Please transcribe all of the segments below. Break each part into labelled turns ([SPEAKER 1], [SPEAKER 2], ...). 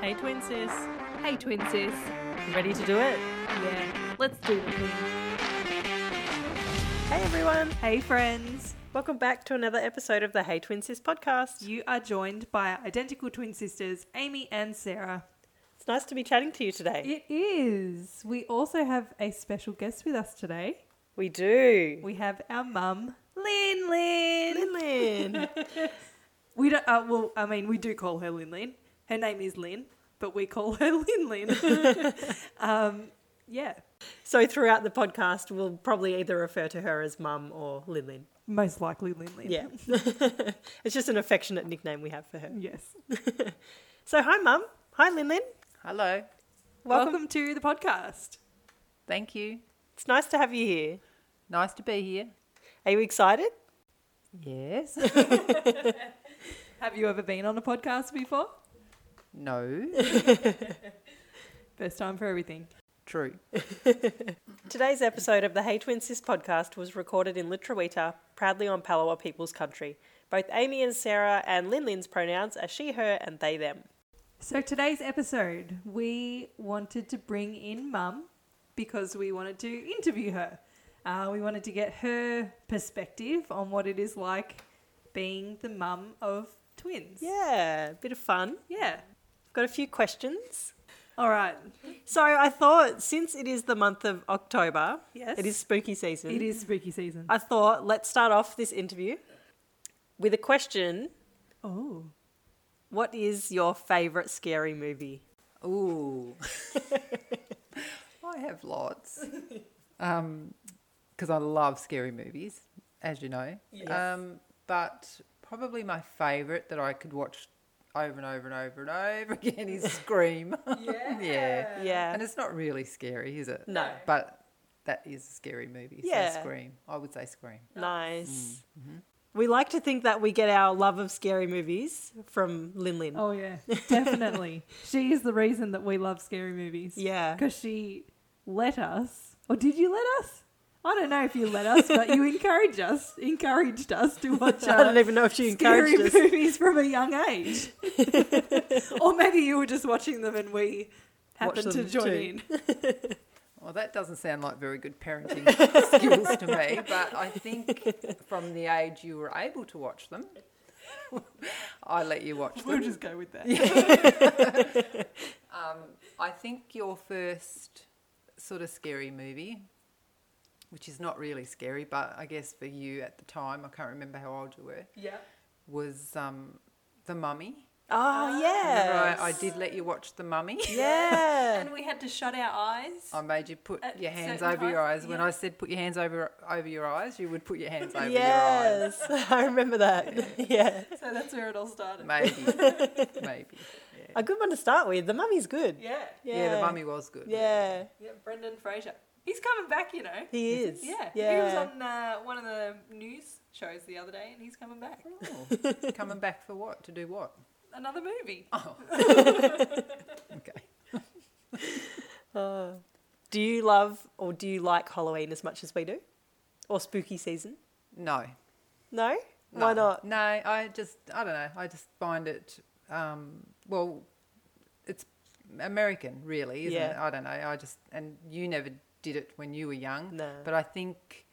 [SPEAKER 1] Hey, twin sis.
[SPEAKER 2] Hey, twin sis.
[SPEAKER 1] Ready to do it?
[SPEAKER 2] Yeah, let's do the thing.
[SPEAKER 1] Hey, everyone.
[SPEAKER 2] Hey, friends.
[SPEAKER 1] Welcome back to another episode of the Hey Twin Sis podcast.
[SPEAKER 2] You are joined by identical twin sisters, Amy and Sarah.
[SPEAKER 1] It's nice to be chatting to you today.
[SPEAKER 2] It is. We also have a special guest with us today.
[SPEAKER 1] We do.
[SPEAKER 2] We have our mum, Lin Lin.
[SPEAKER 1] Lin.
[SPEAKER 2] We don't, uh, well, I mean, we do call her Lin Lin. Her name is Lin, but we call her Lin Lin. um, yeah,
[SPEAKER 1] so, throughout the podcast, we'll probably either refer to her as Mum or Lin Lin.
[SPEAKER 2] most likely Lin Lin.
[SPEAKER 1] Yeah. it's just an affectionate nickname we have for her.
[SPEAKER 2] Yes.
[SPEAKER 1] So, hi, Mum. Hi, Lin Lin.
[SPEAKER 3] Hello.
[SPEAKER 1] Welcome.
[SPEAKER 2] Welcome to the podcast.
[SPEAKER 3] Thank you.
[SPEAKER 1] It's nice to have you here.
[SPEAKER 3] Nice to be here.
[SPEAKER 1] Are you excited?
[SPEAKER 3] Yes.
[SPEAKER 2] Have you ever been on a podcast before?
[SPEAKER 3] no.
[SPEAKER 2] First time for everything.
[SPEAKER 3] True.
[SPEAKER 1] Today's episode of the Hey Twin Sis podcast was recorded in Litrawita, proudly on Palawa people's country. Both Amy and Sarah and Lin Lin's pronouns are she, her, and they, them.
[SPEAKER 2] So today's episode, we wanted to bring in Mum because we wanted to interview her. Uh, we wanted to get her perspective on what it is like being the mum of twins.
[SPEAKER 1] Yeah, bit of fun.
[SPEAKER 2] Yeah.
[SPEAKER 1] Got a few questions.
[SPEAKER 2] All right.
[SPEAKER 1] So I thought since it is the month of October,
[SPEAKER 2] Yes.
[SPEAKER 1] it is spooky season.
[SPEAKER 2] It is spooky season.
[SPEAKER 1] I thought let's start off this interview with a question.
[SPEAKER 2] Oh.
[SPEAKER 1] What is your favorite scary movie?
[SPEAKER 3] Ooh. I have lots. Um, because I love scary movies, as you know.
[SPEAKER 1] Yes.
[SPEAKER 3] Um, but probably my favourite that I could watch over and over and over and over again is Scream.
[SPEAKER 2] Yeah.
[SPEAKER 3] yeah.
[SPEAKER 1] Yeah.
[SPEAKER 3] And it's not really scary, is it?
[SPEAKER 1] No.
[SPEAKER 3] But that is a scary movie.
[SPEAKER 1] Yeah.
[SPEAKER 3] So Scream. I would say Scream.
[SPEAKER 1] Nice.
[SPEAKER 2] Mm, mm-hmm.
[SPEAKER 1] We like to think that we get our love of scary movies from Lin Lin.
[SPEAKER 2] Oh, yeah. Definitely. she is the reason that we love scary movies.
[SPEAKER 1] Yeah.
[SPEAKER 2] Because she let us, or did you let us? I don't know if you let us, but you encouraged us, encouraged us to watch.
[SPEAKER 1] I
[SPEAKER 2] uh,
[SPEAKER 1] don't even know if she
[SPEAKER 2] scary
[SPEAKER 1] encouraged us.
[SPEAKER 2] movies from a young age. or maybe you were just watching them and we happened
[SPEAKER 1] Watch
[SPEAKER 2] to
[SPEAKER 1] them
[SPEAKER 2] join
[SPEAKER 1] too.
[SPEAKER 2] in.
[SPEAKER 3] Well, that doesn't sound like very good parenting skills to me, but I think from the age you were able to watch them, I let you watch
[SPEAKER 2] We'll
[SPEAKER 3] them.
[SPEAKER 2] just go with that.
[SPEAKER 3] Um, I think your first sort of scary movie, which is not really scary, but I guess for you at the time, I can't remember how old you were,
[SPEAKER 2] Yeah.
[SPEAKER 3] was um, The Mummy.
[SPEAKER 2] Ah,
[SPEAKER 1] Oh,
[SPEAKER 3] Remember
[SPEAKER 1] yeah.
[SPEAKER 3] I, I did let you watch The Mummy.
[SPEAKER 1] Yeah.
[SPEAKER 2] And we had to shut our eyes.
[SPEAKER 1] Oh.
[SPEAKER 3] I made you put
[SPEAKER 2] At
[SPEAKER 3] your hands
[SPEAKER 2] certain
[SPEAKER 3] over your
[SPEAKER 2] times,
[SPEAKER 3] eyes. When
[SPEAKER 2] yeah.
[SPEAKER 3] I said put your hands over over your eyes, you would put your hands over your eyes.
[SPEAKER 1] yes. I remember that. Yeah.
[SPEAKER 2] So that's where it all started.
[SPEAKER 3] Maybe. Maybe. Yeah.
[SPEAKER 1] A good one to start with. The mummy's good.
[SPEAKER 2] Yeah.
[SPEAKER 3] yeah. the mummy was good.
[SPEAKER 1] Yeah.
[SPEAKER 2] Yeah, Brendan Fraser. He's coming back, you know.
[SPEAKER 1] He is.
[SPEAKER 2] Yeah.
[SPEAKER 1] Yeah.
[SPEAKER 2] He was on uh, one of the news shows the other day and he's coming back.
[SPEAKER 3] Oh, coming back for what? To do what?
[SPEAKER 2] Another movie.
[SPEAKER 3] Oh. okay.
[SPEAKER 1] Oh. do you love or do you like Halloween as much as we do? Or spooky season?
[SPEAKER 3] No.
[SPEAKER 1] No?
[SPEAKER 3] no.
[SPEAKER 1] Why not?
[SPEAKER 3] No, I just, I don't know. I just find it, um, well, it's American, really, isn't it?
[SPEAKER 1] Yeah.
[SPEAKER 3] I don't know. I just, and you never did it when you were young.
[SPEAKER 1] No.
[SPEAKER 3] But I think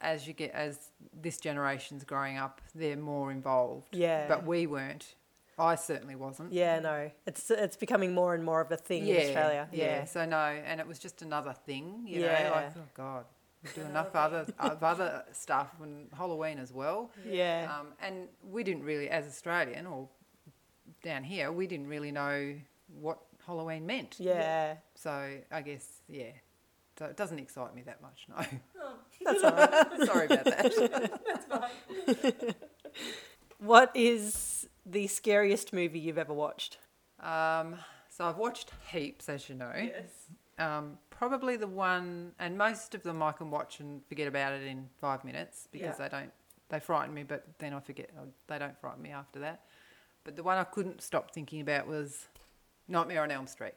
[SPEAKER 3] as you get, as this generation's growing up, they're more involved.
[SPEAKER 1] Yeah.
[SPEAKER 3] But we weren't. I certainly wasn't.
[SPEAKER 1] yeah, no. It's it's becoming more and more of a thing in Australia.
[SPEAKER 3] Yeah. So no, and it was just another thing, you
[SPEAKER 1] Yeah.
[SPEAKER 3] know, like oh god, we do enough other of other stuff and Halloween as well.
[SPEAKER 1] Yeah.
[SPEAKER 3] Um, and we didn't really, as Australian or down here, we didn't really know what Halloween meant.
[SPEAKER 1] Yeah.
[SPEAKER 3] So I guess yeah. So it doesn't excite me that much, no.
[SPEAKER 2] Oh,
[SPEAKER 1] That's all right.
[SPEAKER 3] Sorry about that.
[SPEAKER 1] What is the scariest movie you've ever watched?
[SPEAKER 3] Um, so I've watched heaps, as you know.
[SPEAKER 2] Yes.
[SPEAKER 3] Um, probably the one, and most of them I can watch and forget about it in five minutes because
[SPEAKER 2] Yeah.
[SPEAKER 3] they don't, they frighten me, but then I forget, uh, they don't frighten me after that. But the one I couldn't stop thinking about was Nightmare on Elm Street,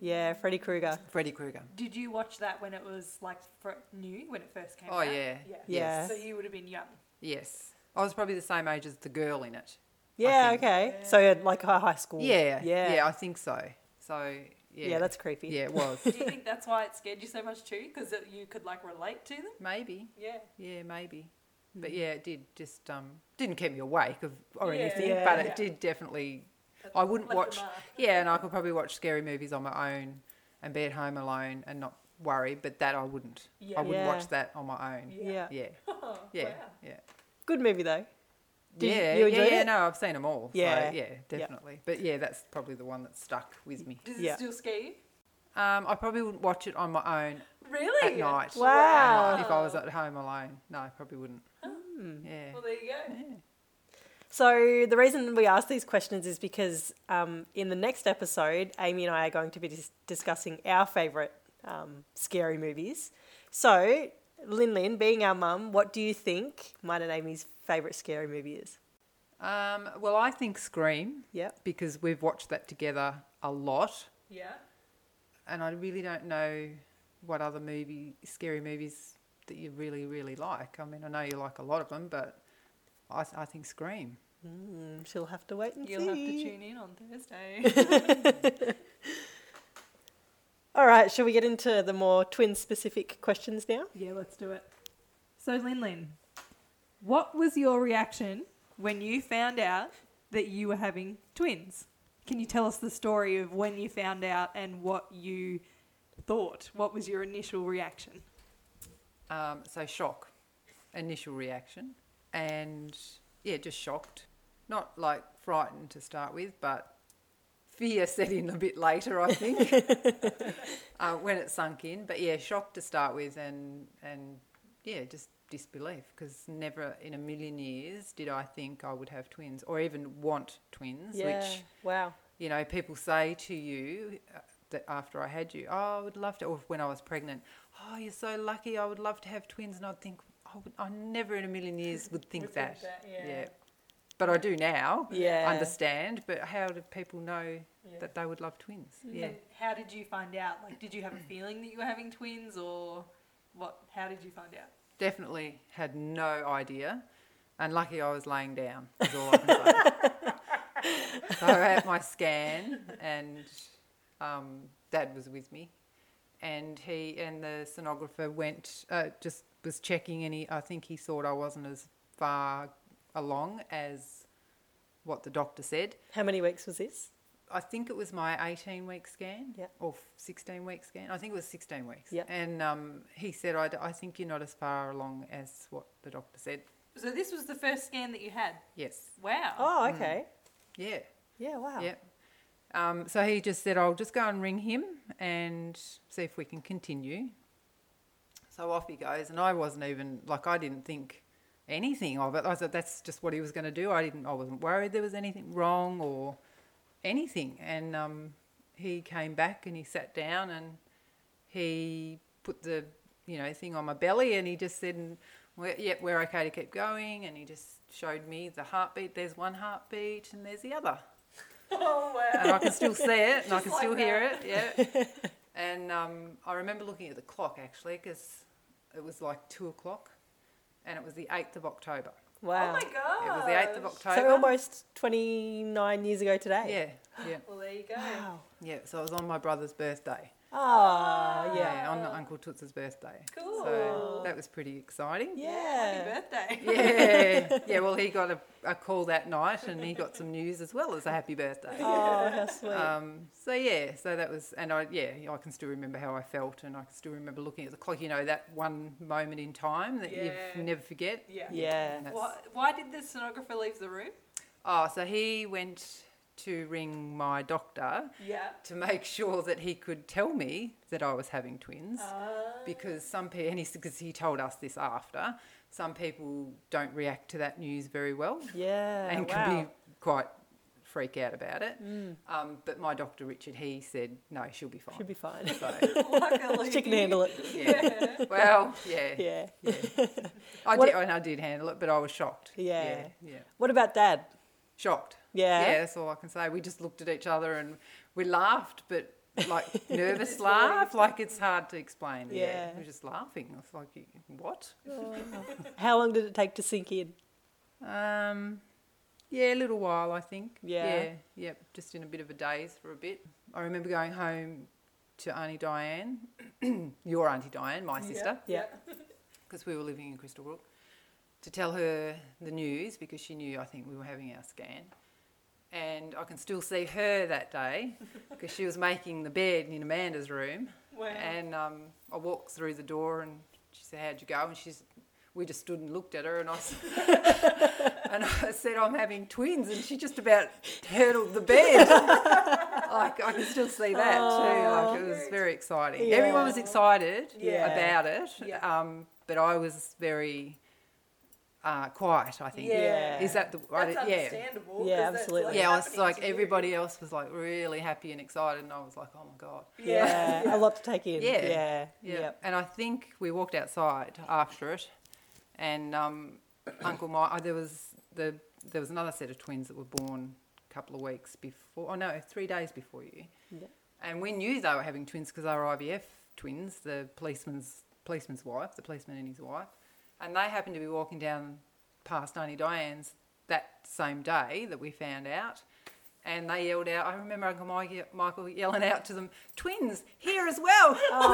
[SPEAKER 1] Yeah, Freddy Krueger.
[SPEAKER 3] Freddy Krueger.
[SPEAKER 2] Did you watch that when it was like fr- new when it first came
[SPEAKER 3] Oh,
[SPEAKER 2] out?
[SPEAKER 3] yeah.
[SPEAKER 2] yeah,
[SPEAKER 1] Yeah.
[SPEAKER 2] So you would have been young.
[SPEAKER 3] Yes. I was probably the same age as the girl in it.
[SPEAKER 1] Yeah,
[SPEAKER 3] think.
[SPEAKER 1] okay. So uh, like high high school.
[SPEAKER 3] Yeah,
[SPEAKER 1] Yeah.
[SPEAKER 3] yeah, I think so. So yeah,
[SPEAKER 1] Yeah, that's creepy.
[SPEAKER 3] yeah, it was
[SPEAKER 4] Do you think that's why it scared you so much too? Because you could like relate to them.
[SPEAKER 3] maybe.
[SPEAKER 4] Yeah.
[SPEAKER 3] Yeah, maybe. But yeah, it did just um didn't keep me awake of, or
[SPEAKER 4] Yeah.
[SPEAKER 3] anything,
[SPEAKER 1] Yeah.
[SPEAKER 3] but
[SPEAKER 4] Yeah.
[SPEAKER 3] it did definitely. I wouldn't
[SPEAKER 4] left a
[SPEAKER 3] watch.
[SPEAKER 4] mark.
[SPEAKER 3] Yeah, and I could probably watch scary movies on my own and be at home alone and not worry. But that I wouldn't.
[SPEAKER 4] Yeah.
[SPEAKER 3] I wouldn't
[SPEAKER 1] Yeah.
[SPEAKER 3] watch that on my own.
[SPEAKER 1] Yeah.
[SPEAKER 3] Yeah,
[SPEAKER 4] oh,
[SPEAKER 3] yeah, yeah.
[SPEAKER 1] Good movie though. Did you-
[SPEAKER 3] yeah,
[SPEAKER 1] you
[SPEAKER 3] yeah,
[SPEAKER 1] enjoyed
[SPEAKER 3] yeah,
[SPEAKER 1] it?
[SPEAKER 3] no, I've seen them all.
[SPEAKER 1] Yeah.
[SPEAKER 3] Yeah, so, yeah, definitely. But yeah, that's probably the one that stuck with me.
[SPEAKER 4] Does
[SPEAKER 1] it Yeah.
[SPEAKER 4] it still scare you?
[SPEAKER 3] Um, I probably wouldn't watch it on my own
[SPEAKER 4] Really?
[SPEAKER 3] at night.
[SPEAKER 1] Wow. Hmm.
[SPEAKER 3] At night, If I was at home alone, no, I probably wouldn't. Yeah.
[SPEAKER 4] Well, there you go.
[SPEAKER 1] So the reason we ask these questions is because um, in the next episode, Amy and I are going to be dis- discussing our favourite um, scary movies. So Lin Lin, being our mum, what do you think mine and Amy's favourite scary movie is?
[SPEAKER 3] Um, well, I think Scream
[SPEAKER 1] Yep.
[SPEAKER 3] because we've watched that together a lot,
[SPEAKER 4] Yeah.
[SPEAKER 3] and I really don't know what other movie, scary movies that you really, really like. I mean, I know you like a lot of them, but I, I think Scream.
[SPEAKER 1] Mm, she'll have to wait and
[SPEAKER 4] You'll
[SPEAKER 1] see.
[SPEAKER 4] have to tune in on Thursday.
[SPEAKER 1] All right, shall we get into the more twin specific questions now?
[SPEAKER 4] yeah, let's do it. So, Lin Lin, what was your reaction when you found out that you were having twins? Can you tell us the story of when you found out and what you thought? What was your initial reaction?
[SPEAKER 3] Um, so shock, initial reaction, and yeah, just shocked. Not like frightened to start with, but fear set in a bit later, I think, uh, when it sunk in. But yeah, shocked to start with, and and yeah, just disbelief because never in a million years did I think I would have twins or even want twins, which
[SPEAKER 1] Wow.
[SPEAKER 3] you know, people say to you uh, that after I had you, oh, I would love to, or when I was pregnant, oh, you're so lucky, I would love to have twins. And I'd think, I, would, I never in a million years would think that. yeah. But I do now,
[SPEAKER 1] Yeah.
[SPEAKER 3] understand, but how do people know that they would love twins? Yeah.
[SPEAKER 4] And how did you find out? Like, did you have a feeling that you were having twins, or what? How did you find out?
[SPEAKER 3] Definitely had no idea. And lucky I was laying down, is all I can say. so I had my scan, and um, Dad was with me. And he and the sonographer went, uh, just was checking, and he, I think he thought I wasn't as far along as what the doctor said.
[SPEAKER 1] How many weeks was this?
[SPEAKER 3] I think it was my 18 week scan
[SPEAKER 1] Yep.
[SPEAKER 3] or f- 16 week scan. I think it was 16 weeks.
[SPEAKER 1] Yep.
[SPEAKER 3] And um, he said, I, d- I think you're not as far along as what the doctor said.
[SPEAKER 4] So this was the first scan that you had.
[SPEAKER 3] Yes.
[SPEAKER 4] Wow.
[SPEAKER 1] Oh, okay.
[SPEAKER 3] Yeah.
[SPEAKER 1] Yeah, wow.
[SPEAKER 3] Hmm. Yep. Um, so he just said, I'll just go and ring him and see if we can continue. So off he goes. And I wasn't even, like, I didn't think anything of it. I thought that's just what he was going to do. I didn't, I wasn't worried there was anything wrong or anything. And um, he came back and he sat down and he put the, you know, thing on my belly and he just said, "We're- yep, we're okay to keep going. And he just showed me the heartbeat. There's one heartbeat and there's the other
[SPEAKER 4] Oh, wow.
[SPEAKER 3] and I can still see it, and I can
[SPEAKER 4] like
[SPEAKER 3] still hear it. Yeah. and um, I remember looking at the clock actually, because it was like two o'clock, and it was the eighth of October.
[SPEAKER 1] Wow.
[SPEAKER 4] Oh my god.
[SPEAKER 3] It was the eighth of October.
[SPEAKER 1] so almost 29 years ago today.
[SPEAKER 3] Yeah, yeah,
[SPEAKER 4] Well, there you go.
[SPEAKER 1] Wow.
[SPEAKER 3] yeah. So it was on my brother's birthday.
[SPEAKER 1] Oh, yeah.
[SPEAKER 3] on the Uncle Toots's birthday.
[SPEAKER 4] Cool.
[SPEAKER 3] So that was pretty exciting.
[SPEAKER 4] Happy
[SPEAKER 1] Yeah.
[SPEAKER 4] birthday.
[SPEAKER 3] Yeah, yeah. Well, he got a, a call that night, and he got some news as well as a happy birthday.
[SPEAKER 1] Oh, how sweet.
[SPEAKER 3] Um, so yeah, so that was, and I yeah, I can still remember how I felt, and I can still remember looking at the clock. You know that one moment in time that
[SPEAKER 4] Yeah.
[SPEAKER 3] you never forget.
[SPEAKER 4] Yeah.
[SPEAKER 1] yeah.
[SPEAKER 3] And that's-
[SPEAKER 4] Why, why did the sonographer leave the room?
[SPEAKER 3] Oh, so he went to ring my doctor
[SPEAKER 4] Yeah.
[SPEAKER 3] to make sure that he could tell me that I was having twins,
[SPEAKER 2] Uh, Oh.
[SPEAKER 3] because some people, and he because he told us this after, some people don't react to that news very well.
[SPEAKER 1] Yeah.
[SPEAKER 3] and
[SPEAKER 1] Oh, wow.
[SPEAKER 3] can be quite freak out about it. Um, but my doctor Richard, he said no, she'll be fine.
[SPEAKER 1] Should be fine.
[SPEAKER 3] So,
[SPEAKER 4] Luckily.
[SPEAKER 1] she can handle it.
[SPEAKER 3] yeah. well, yeah,
[SPEAKER 1] Yeah.
[SPEAKER 3] I
[SPEAKER 1] What-
[SPEAKER 3] did, and I did handle it, but I was shocked.
[SPEAKER 1] Yeah.
[SPEAKER 3] yeah, yeah.
[SPEAKER 1] What about dad?
[SPEAKER 3] shocked.
[SPEAKER 1] Yeah.
[SPEAKER 3] yeah, that's all I can say. We just looked at each other and we laughed, but like nervous laugh, like it's hard to explain. Yeah,
[SPEAKER 1] Yeah.
[SPEAKER 3] we were just laughing. It's like you- what?
[SPEAKER 1] How long did it take to sink in?
[SPEAKER 3] Um, Yeah, a little while, I think.
[SPEAKER 1] Yeah.
[SPEAKER 3] Yeah. Yep. Just in a bit of a daze for a bit. I remember going home to Auntie Diane, your Auntie Diane, my sister,
[SPEAKER 1] Yeah.
[SPEAKER 3] because we were living in Crystal Brook, to tell her the news because she knew I think we were having our scan. And I can still see her that day because she was making the bed in Amanda's room. And um, I walked through the door and she said, How'd you go? And she's, we just stood and looked at her and I, s- and I said, I'm having twins. And she just about hurdled the bed. like, I can still see that too. Like, it was very exciting.
[SPEAKER 1] Yeah.
[SPEAKER 3] Everyone was excited
[SPEAKER 1] Yeah.
[SPEAKER 3] about it.
[SPEAKER 4] Yeah.
[SPEAKER 3] Um, but I was very uh, quiet, I think.
[SPEAKER 1] Yeah.
[SPEAKER 3] Is that the I
[SPEAKER 2] That's
[SPEAKER 3] did- yeah.
[SPEAKER 2] understandable. 'cause
[SPEAKER 1] Yeah,
[SPEAKER 2] that's,
[SPEAKER 1] absolutely.
[SPEAKER 2] like,
[SPEAKER 3] Yeah, I was
[SPEAKER 2] happening
[SPEAKER 3] like
[SPEAKER 2] to you.
[SPEAKER 3] everybody else was like really happy and excited, and I was like, oh my god.
[SPEAKER 1] yeah. A lot to take in.
[SPEAKER 3] Yeah.
[SPEAKER 1] Yeah.
[SPEAKER 3] Yeah.
[SPEAKER 1] Yep.
[SPEAKER 3] And I think we walked outside after it, and um, Uncle Mike. oh, there was the there was another set of twins that were born a couple of weeks before. Oh no, three days before you.
[SPEAKER 1] Yeah.
[SPEAKER 3] And we knew they were having twins because they were IVF twins. The policeman's policeman's wife, the policeman and his wife, and they happened to be walking down past Auntie Diane's that same day that we found out. And they yelled out. I remember Uncle Mike, Michael yelling out to them, "Twins here as well!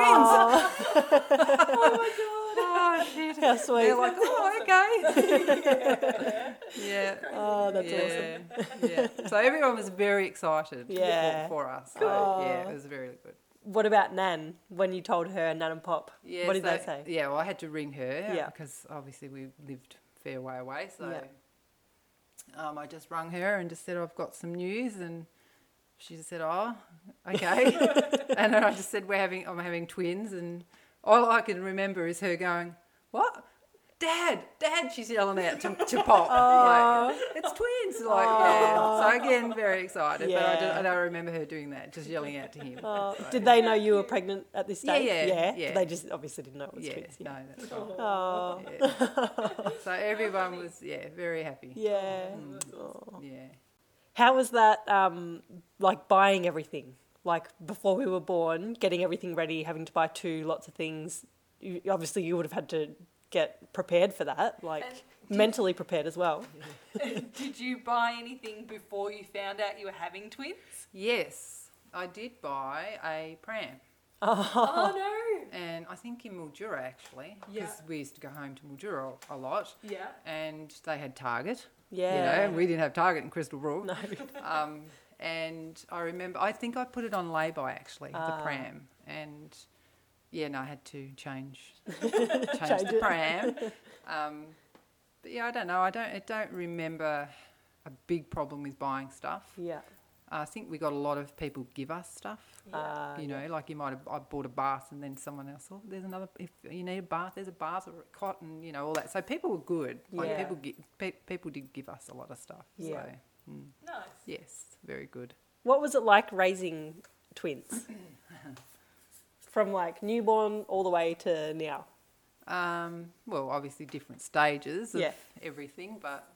[SPEAKER 3] Twins!" oh shit.
[SPEAKER 1] How sweet.
[SPEAKER 3] They're like, oh, okay. yeah.
[SPEAKER 1] oh, that's awesome.
[SPEAKER 3] yeah. yeah. So everyone was very excited
[SPEAKER 1] Yeah.
[SPEAKER 3] for, for us. So, yeah, it was very good.
[SPEAKER 1] What about Nan when you told her Nan and Pop?
[SPEAKER 3] Yeah,
[SPEAKER 1] what did
[SPEAKER 3] so-
[SPEAKER 1] they say?
[SPEAKER 3] Yeah, well, I had to ring her
[SPEAKER 1] Yeah.
[SPEAKER 3] because obviously we lived a fair way away. So
[SPEAKER 1] Yeah.
[SPEAKER 3] um, I just rung her and just said, I've got some news. And she just said, Oh, okay. and then I just said, We're having, I'm having twins. And all I can remember is her going, What? Dad, Dad, she's yelling out to, to Pop. Like, it's twins. Like, yeah. So again, very excited. But I,
[SPEAKER 1] Yeah.
[SPEAKER 3] just, I don't remember her doing that, just yelling out to him.
[SPEAKER 1] Oh, did they know you were pregnant at this
[SPEAKER 3] Yeah,
[SPEAKER 1] stage?
[SPEAKER 3] yeah, yeah.
[SPEAKER 1] They just obviously didn't know it was
[SPEAKER 3] yeah,
[SPEAKER 1] twins.
[SPEAKER 3] no, that's right.
[SPEAKER 1] Oh,
[SPEAKER 3] Yeah. so everyone was yeah very happy yeah, Mm.
[SPEAKER 1] yeah. Oh.
[SPEAKER 3] yeah.
[SPEAKER 1] How was that? Um, like buying everything, like before we were born, getting everything ready, having to buy two lots of things. You, obviously, you would have had to get prepared for that, like mentally prepared as well.
[SPEAKER 4] Did you buy anything before you found out you were having twins?
[SPEAKER 3] yes i did buy a pram
[SPEAKER 2] Oh no.
[SPEAKER 3] and i think in mildura actually because we used to go home to mildura a lot
[SPEAKER 2] Yeah.
[SPEAKER 3] and they had target
[SPEAKER 1] Yeah.
[SPEAKER 3] you know we didn't have target in crystal brook
[SPEAKER 1] No.
[SPEAKER 3] um, and i remember i think i put it on lay-by actually
[SPEAKER 1] Ah.
[SPEAKER 3] the pram and yeah no i had to change change
[SPEAKER 1] Change
[SPEAKER 3] the
[SPEAKER 1] it.
[SPEAKER 3] pram um, but yeah i don't know i don't i don't remember a big problem with buying stuff
[SPEAKER 1] Yeah.
[SPEAKER 3] I think we got a lot of people give us stuff.
[SPEAKER 1] Uh,
[SPEAKER 3] you know, like you might have I bought a bath and then someone else, oh, there's another. If you need a bath, there's a bath or a cot and you know all that. So people were good. Like
[SPEAKER 1] Yeah.
[SPEAKER 3] people, gi- pe- people did give us a lot of stuff.
[SPEAKER 1] Yeah.
[SPEAKER 3] So, mm,
[SPEAKER 2] Nice.
[SPEAKER 3] yes, very good.
[SPEAKER 1] What was it like raising twins? From like newborn all the way to now.
[SPEAKER 3] Um, well, obviously different stages of
[SPEAKER 1] Yeah.
[SPEAKER 3] everything, but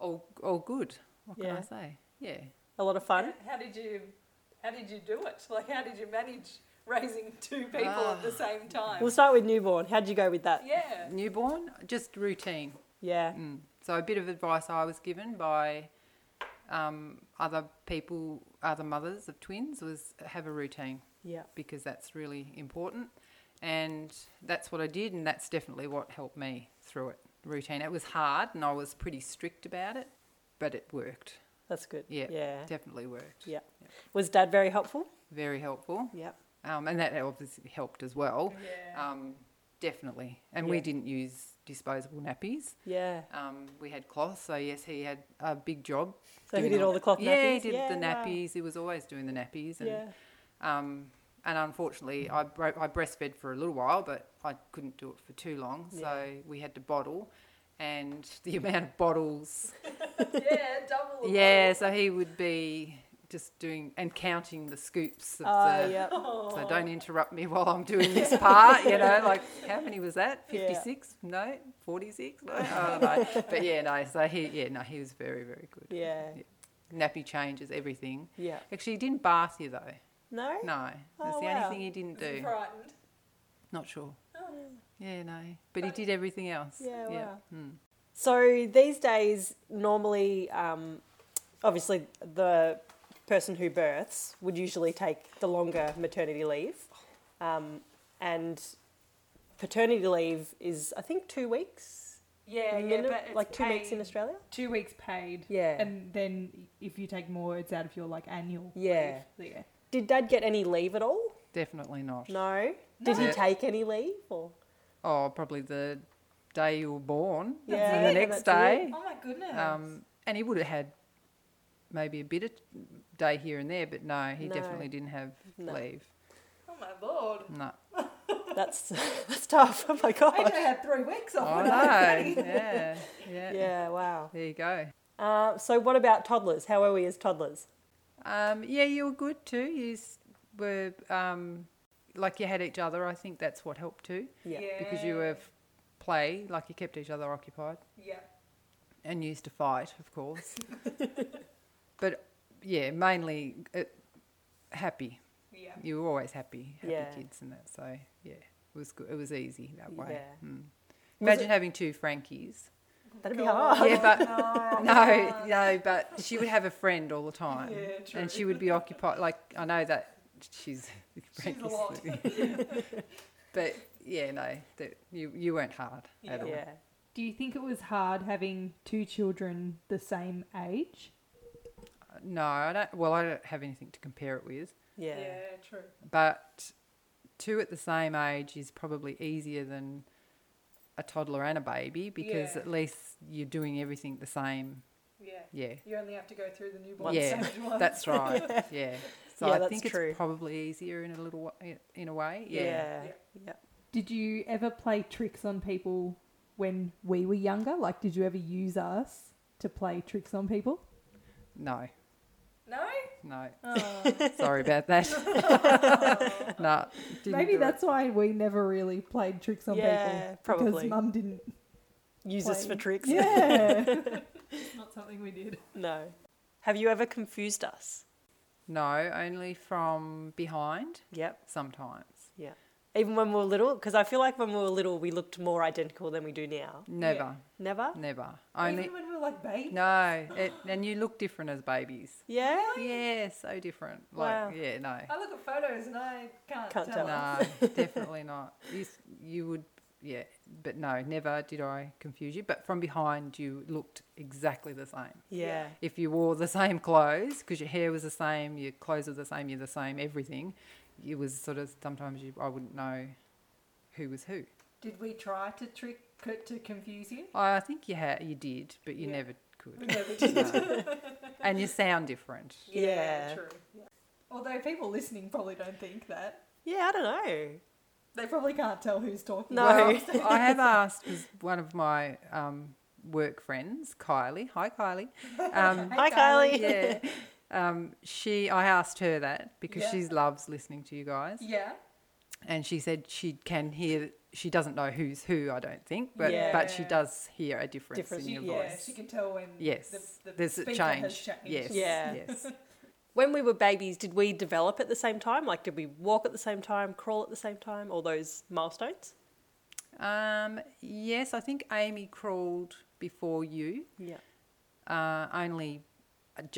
[SPEAKER 3] all all good. What can
[SPEAKER 1] Yeah.
[SPEAKER 3] I say? Yeah.
[SPEAKER 1] A lot of fun.
[SPEAKER 2] How did you? How did you do it? Like, how did you manage raising two people at
[SPEAKER 3] Ah.
[SPEAKER 2] the same time?
[SPEAKER 1] We'll start with newborn. How'd you go with that?
[SPEAKER 2] yeah.
[SPEAKER 3] Newborn, just routine.
[SPEAKER 1] Yeah.
[SPEAKER 3] Mm. So a bit of advice I was given by um, other people, other mothers of twins, was have a routine
[SPEAKER 1] Yeah.
[SPEAKER 3] because that's really important, and that's what I did, and that's definitely what helped me through it. Routine. It was hard, and I was pretty strict about it, but it worked.
[SPEAKER 1] That's good.
[SPEAKER 3] Yeah,
[SPEAKER 1] Yeah.
[SPEAKER 3] definitely worked.
[SPEAKER 1] Mm-hmm. Yeah. Was dad very helpful?
[SPEAKER 3] Very helpful,
[SPEAKER 1] Yeah.
[SPEAKER 3] um, and that obviously helped as well. Um, definitely, and we
[SPEAKER 1] Yeah.
[SPEAKER 3] didn't use disposable nappies.
[SPEAKER 1] Yeah.
[SPEAKER 3] Um, we had cloth, so yes, he had a big job
[SPEAKER 1] So he
[SPEAKER 3] doing
[SPEAKER 1] did all the cloth
[SPEAKER 3] yeah,
[SPEAKER 1] nappies.
[SPEAKER 3] he did the
[SPEAKER 1] wow.
[SPEAKER 3] nappies. He was always doing the nappies, and
[SPEAKER 1] Yeah.
[SPEAKER 3] um, and unfortunately, I bro- I breastfed for a little while, but I couldn't do it for too long, so we had to bottle, and the amount of bottles,
[SPEAKER 2] yeah,
[SPEAKER 1] Oh,
[SPEAKER 2] double. the
[SPEAKER 3] yeah. So he would be just doing and counting the scoops of
[SPEAKER 1] Oh,
[SPEAKER 3] the.
[SPEAKER 1] yeah.
[SPEAKER 3] So don't interrupt me while I'm doing this part, you know. Like, how many was that?
[SPEAKER 1] Yeah.
[SPEAKER 3] Fifty-six? No, forty-six? No, I don't know. But yeah, no. So he, yeah, no, he was very, very good.
[SPEAKER 1] Yeah.
[SPEAKER 3] Nappy changes everything.
[SPEAKER 1] Yeah.
[SPEAKER 3] Actually, he didn't bath you though.
[SPEAKER 1] No?
[SPEAKER 3] No, that's
[SPEAKER 1] Oh,
[SPEAKER 3] the
[SPEAKER 1] wow.
[SPEAKER 3] only thing he didn't
[SPEAKER 2] Was he
[SPEAKER 3] do.
[SPEAKER 2] frightened?
[SPEAKER 3] Not sure. Oh, Yeah, no, but he did everything else.
[SPEAKER 1] Yeah, wow.
[SPEAKER 3] Mm.
[SPEAKER 1] So these days, normally, um, obviously, the person who births would usually take the longer maternity leave, um, and paternity leave is I think two weeks,
[SPEAKER 4] Yeah,
[SPEAKER 1] minim- like two weeks in Australia.
[SPEAKER 4] Two weeks paid.
[SPEAKER 1] Yeah.
[SPEAKER 4] And then if you take more, it's out of your like annual.
[SPEAKER 1] Yeah.
[SPEAKER 4] leave. Yeah.
[SPEAKER 1] Did Dad get any leave at all?
[SPEAKER 3] Definitely not.
[SPEAKER 1] No. Did he
[SPEAKER 3] No.
[SPEAKER 1] take any leave? Or
[SPEAKER 3] Oh, probably the day you were born.
[SPEAKER 1] That's
[SPEAKER 3] and
[SPEAKER 1] it,
[SPEAKER 3] the next
[SPEAKER 1] that's
[SPEAKER 3] day.
[SPEAKER 2] Oh my goodness.
[SPEAKER 3] Um, and he would have had maybe a bit of day here and there, but no, he
[SPEAKER 1] No.
[SPEAKER 3] definitely didn't have
[SPEAKER 1] No.
[SPEAKER 3] leave.
[SPEAKER 2] oh my lord.
[SPEAKER 3] No.
[SPEAKER 1] that's that's tough. Oh my
[SPEAKER 2] I
[SPEAKER 1] god.
[SPEAKER 2] only had three weeks off.
[SPEAKER 3] Oh,
[SPEAKER 2] when
[SPEAKER 3] no.
[SPEAKER 2] I was ready.
[SPEAKER 3] yeah, yeah.
[SPEAKER 1] Yeah. Wow.
[SPEAKER 3] There you go.
[SPEAKER 1] Uh, so what about toddlers? How are we as toddlers?
[SPEAKER 3] Um, yeah, you were good too. You were um, like you had each other. I think that's what helped too,
[SPEAKER 1] Yeah.
[SPEAKER 3] because you were f- play like you kept each other occupied
[SPEAKER 2] Yeah.
[SPEAKER 3] and used to fight, of course. but yeah, mainly uh, happy.
[SPEAKER 2] Yeah.
[SPEAKER 3] You were always happy, happy
[SPEAKER 1] Yeah.
[SPEAKER 3] kids and that. So yeah, it was good. It was easy that way.
[SPEAKER 1] Yeah.
[SPEAKER 3] Mm.
[SPEAKER 1] Was
[SPEAKER 3] Imagine
[SPEAKER 1] it-
[SPEAKER 3] having two Frankies.
[SPEAKER 1] That'd be
[SPEAKER 2] God.
[SPEAKER 1] hard.
[SPEAKER 3] Yeah, but
[SPEAKER 2] Oh,
[SPEAKER 4] Uh,
[SPEAKER 2] No.
[SPEAKER 3] no, no, but she would have a friend all the time.
[SPEAKER 2] Yeah, true.
[SPEAKER 3] And she would be occupied. Like, I know that she's.
[SPEAKER 2] She's a lot.
[SPEAKER 3] but yeah, no, that you, you weren't hard at all.
[SPEAKER 1] Yeah.
[SPEAKER 4] Do you think it was hard having two children the same age?
[SPEAKER 3] No, I don't. Well, I don't have anything to compare it with.
[SPEAKER 1] Yeah.
[SPEAKER 2] Yeah, true.
[SPEAKER 3] But two at the same age is probably easier than a toddler and a baby because
[SPEAKER 2] Yeah.
[SPEAKER 3] at least you're doing everything the same.
[SPEAKER 2] Yeah.
[SPEAKER 3] Yeah.
[SPEAKER 2] You only have to go through the newborn
[SPEAKER 3] Yeah,
[SPEAKER 2] stage once.
[SPEAKER 3] That's right. yeah. So
[SPEAKER 1] Yeah,
[SPEAKER 3] I
[SPEAKER 1] that's
[SPEAKER 3] think
[SPEAKER 1] true.
[SPEAKER 3] it's probably easier in a little wa- in a way.
[SPEAKER 1] Yeah. Yeah.
[SPEAKER 2] Yeah.
[SPEAKER 4] Did you ever play tricks on people when we were younger? Like, did you ever use us to play tricks on people?
[SPEAKER 3] No,
[SPEAKER 2] No?
[SPEAKER 3] no.
[SPEAKER 2] Oh.
[SPEAKER 3] Sorry about that. no. didn't
[SPEAKER 4] Maybe
[SPEAKER 3] do it.
[SPEAKER 4] that's why we never really played tricks on
[SPEAKER 1] Yeah,
[SPEAKER 4] people.
[SPEAKER 1] probably.
[SPEAKER 4] Because mum didn't.
[SPEAKER 1] Use us for
[SPEAKER 4] Playing.
[SPEAKER 1] tricks.
[SPEAKER 4] Yeah. it's not something we did.
[SPEAKER 1] No. Have you ever confused us?
[SPEAKER 3] No, only from behind
[SPEAKER 1] Yep.
[SPEAKER 3] sometimes.
[SPEAKER 1] Even when we were little? Because I feel like when we were little, we looked more identical than we do now.
[SPEAKER 3] Never,
[SPEAKER 1] Never?
[SPEAKER 3] never. Only
[SPEAKER 2] Even when we were like babies.
[SPEAKER 3] no. It, and you look different as babies.
[SPEAKER 1] Yeah?
[SPEAKER 3] Yeah, so different.
[SPEAKER 1] Wow.
[SPEAKER 3] Like yeah, no,
[SPEAKER 2] I look at photos and I can't,
[SPEAKER 1] Can't tell.
[SPEAKER 2] tell.
[SPEAKER 3] no, definitely not. You s- you would yeah, but no, never did I confuse you. But from behind, you looked exactly the same.
[SPEAKER 1] Yeah.
[SPEAKER 3] If you wore the same clothes, because your hair was the same, your clothes were the same, you're the same, everything. It was sort of sometimes you, I wouldn't know who was who.
[SPEAKER 2] Did we try to trick to confuse you?
[SPEAKER 3] I I think you had, you did, but you
[SPEAKER 2] Yeah.
[SPEAKER 3] never
[SPEAKER 2] We
[SPEAKER 3] could.
[SPEAKER 2] never did.
[SPEAKER 3] No. and you sound different.
[SPEAKER 2] Yeah,
[SPEAKER 1] Yeah.
[SPEAKER 2] true. Yeah. Although people listening probably don't think that.
[SPEAKER 1] Yeah, I don't know.
[SPEAKER 2] They probably can't tell who's talking.
[SPEAKER 1] No.
[SPEAKER 3] Well, I have asked 'cause one of my um, work friends, Kylie. Hi, Kylie. Um,
[SPEAKER 1] Hi, Kylie.
[SPEAKER 3] yeah. Um, she, I asked her that because
[SPEAKER 2] Yeah.
[SPEAKER 3] she loves listening to you guys,
[SPEAKER 2] Yeah.
[SPEAKER 3] and she said she can hear. She doesn't know who's who, I don't think, but but she
[SPEAKER 2] Yeah.
[SPEAKER 3] does hear a difference,
[SPEAKER 1] Difference,
[SPEAKER 3] in your
[SPEAKER 2] yeah,
[SPEAKER 3] voice.
[SPEAKER 2] she can tell when
[SPEAKER 3] Yes,
[SPEAKER 2] the, the
[SPEAKER 3] there's a
[SPEAKER 2] speaker
[SPEAKER 3] change.
[SPEAKER 2] has changed.
[SPEAKER 3] Yes,
[SPEAKER 1] Yeah.
[SPEAKER 3] yes.
[SPEAKER 1] When we were babies, did we develop at the same time? Like, did we walk at the same time, crawl at the same time, all those milestones?
[SPEAKER 3] Um, yes, I think Amy crawled before you,
[SPEAKER 1] Yeah.
[SPEAKER 3] uh, only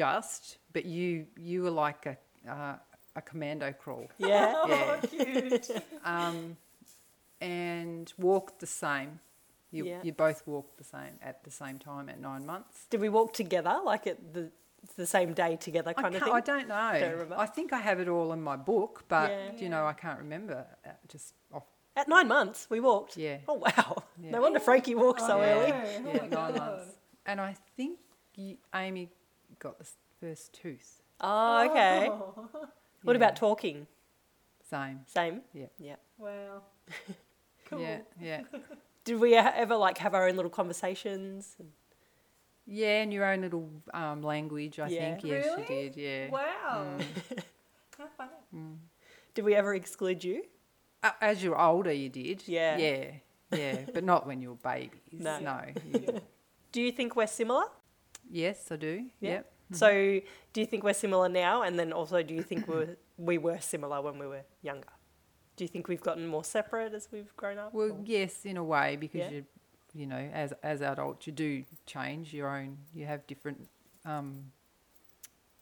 [SPEAKER 3] just, but you you were like a uh, a commando crawl,
[SPEAKER 1] Yeah.
[SPEAKER 3] yeah.
[SPEAKER 2] Oh, Cute.
[SPEAKER 3] um, and walked the same. You
[SPEAKER 1] Yeah.
[SPEAKER 3] you both walked the same at the same time at nine months.
[SPEAKER 1] did we walk together, like at the, the same day together
[SPEAKER 3] I,
[SPEAKER 1] kind of
[SPEAKER 3] can't-
[SPEAKER 1] thing?
[SPEAKER 3] I don't know.
[SPEAKER 1] Don't remember.
[SPEAKER 3] I think I have it all in my book, but
[SPEAKER 1] Yeah.
[SPEAKER 3] you know I can't remember. uh, Just off,
[SPEAKER 1] At nine months, we walked.
[SPEAKER 3] yeah,
[SPEAKER 1] Oh, wow.
[SPEAKER 3] Yeah.
[SPEAKER 1] No wonder Frankie walked so
[SPEAKER 3] Yeah.
[SPEAKER 1] early.
[SPEAKER 2] I know. Oh my
[SPEAKER 3] yeah, nine
[SPEAKER 2] God.
[SPEAKER 3] months. And I think you, Amy got the s- first tooth.
[SPEAKER 1] Oh, okay.
[SPEAKER 2] Oh,
[SPEAKER 1] What
[SPEAKER 3] Yeah.
[SPEAKER 1] about talking?
[SPEAKER 3] Same.
[SPEAKER 1] Same.
[SPEAKER 2] wow. Cool.
[SPEAKER 3] Yeah, yeah.
[SPEAKER 1] Did we uh, ever like have our own little conversations?
[SPEAKER 3] Yeah, and your own little um, language, I
[SPEAKER 1] Yeah.
[SPEAKER 3] think. Yes,
[SPEAKER 2] Really?
[SPEAKER 3] you did, yeah. Mm.
[SPEAKER 2] Wow. How funny.
[SPEAKER 1] Did we ever exclude you?
[SPEAKER 3] A- Uh, As you're older, you did.
[SPEAKER 1] Yeah.
[SPEAKER 3] Yeah, yeah. but not when you were babies.
[SPEAKER 1] No.
[SPEAKER 3] No.
[SPEAKER 2] Yeah.
[SPEAKER 1] Do you think we're similar?
[SPEAKER 3] Yes, I do.
[SPEAKER 1] Yeah.
[SPEAKER 3] Yep.
[SPEAKER 1] So, do you think we're similar now? And then also, do you think we were, we were similar when we were younger? Do you think we've gotten more separate as we've grown up?
[SPEAKER 3] Well,
[SPEAKER 1] Or-
[SPEAKER 3] yes, in a way, because
[SPEAKER 1] Yeah.
[SPEAKER 3] you you know, as as adults, you do change your own. You have different, um,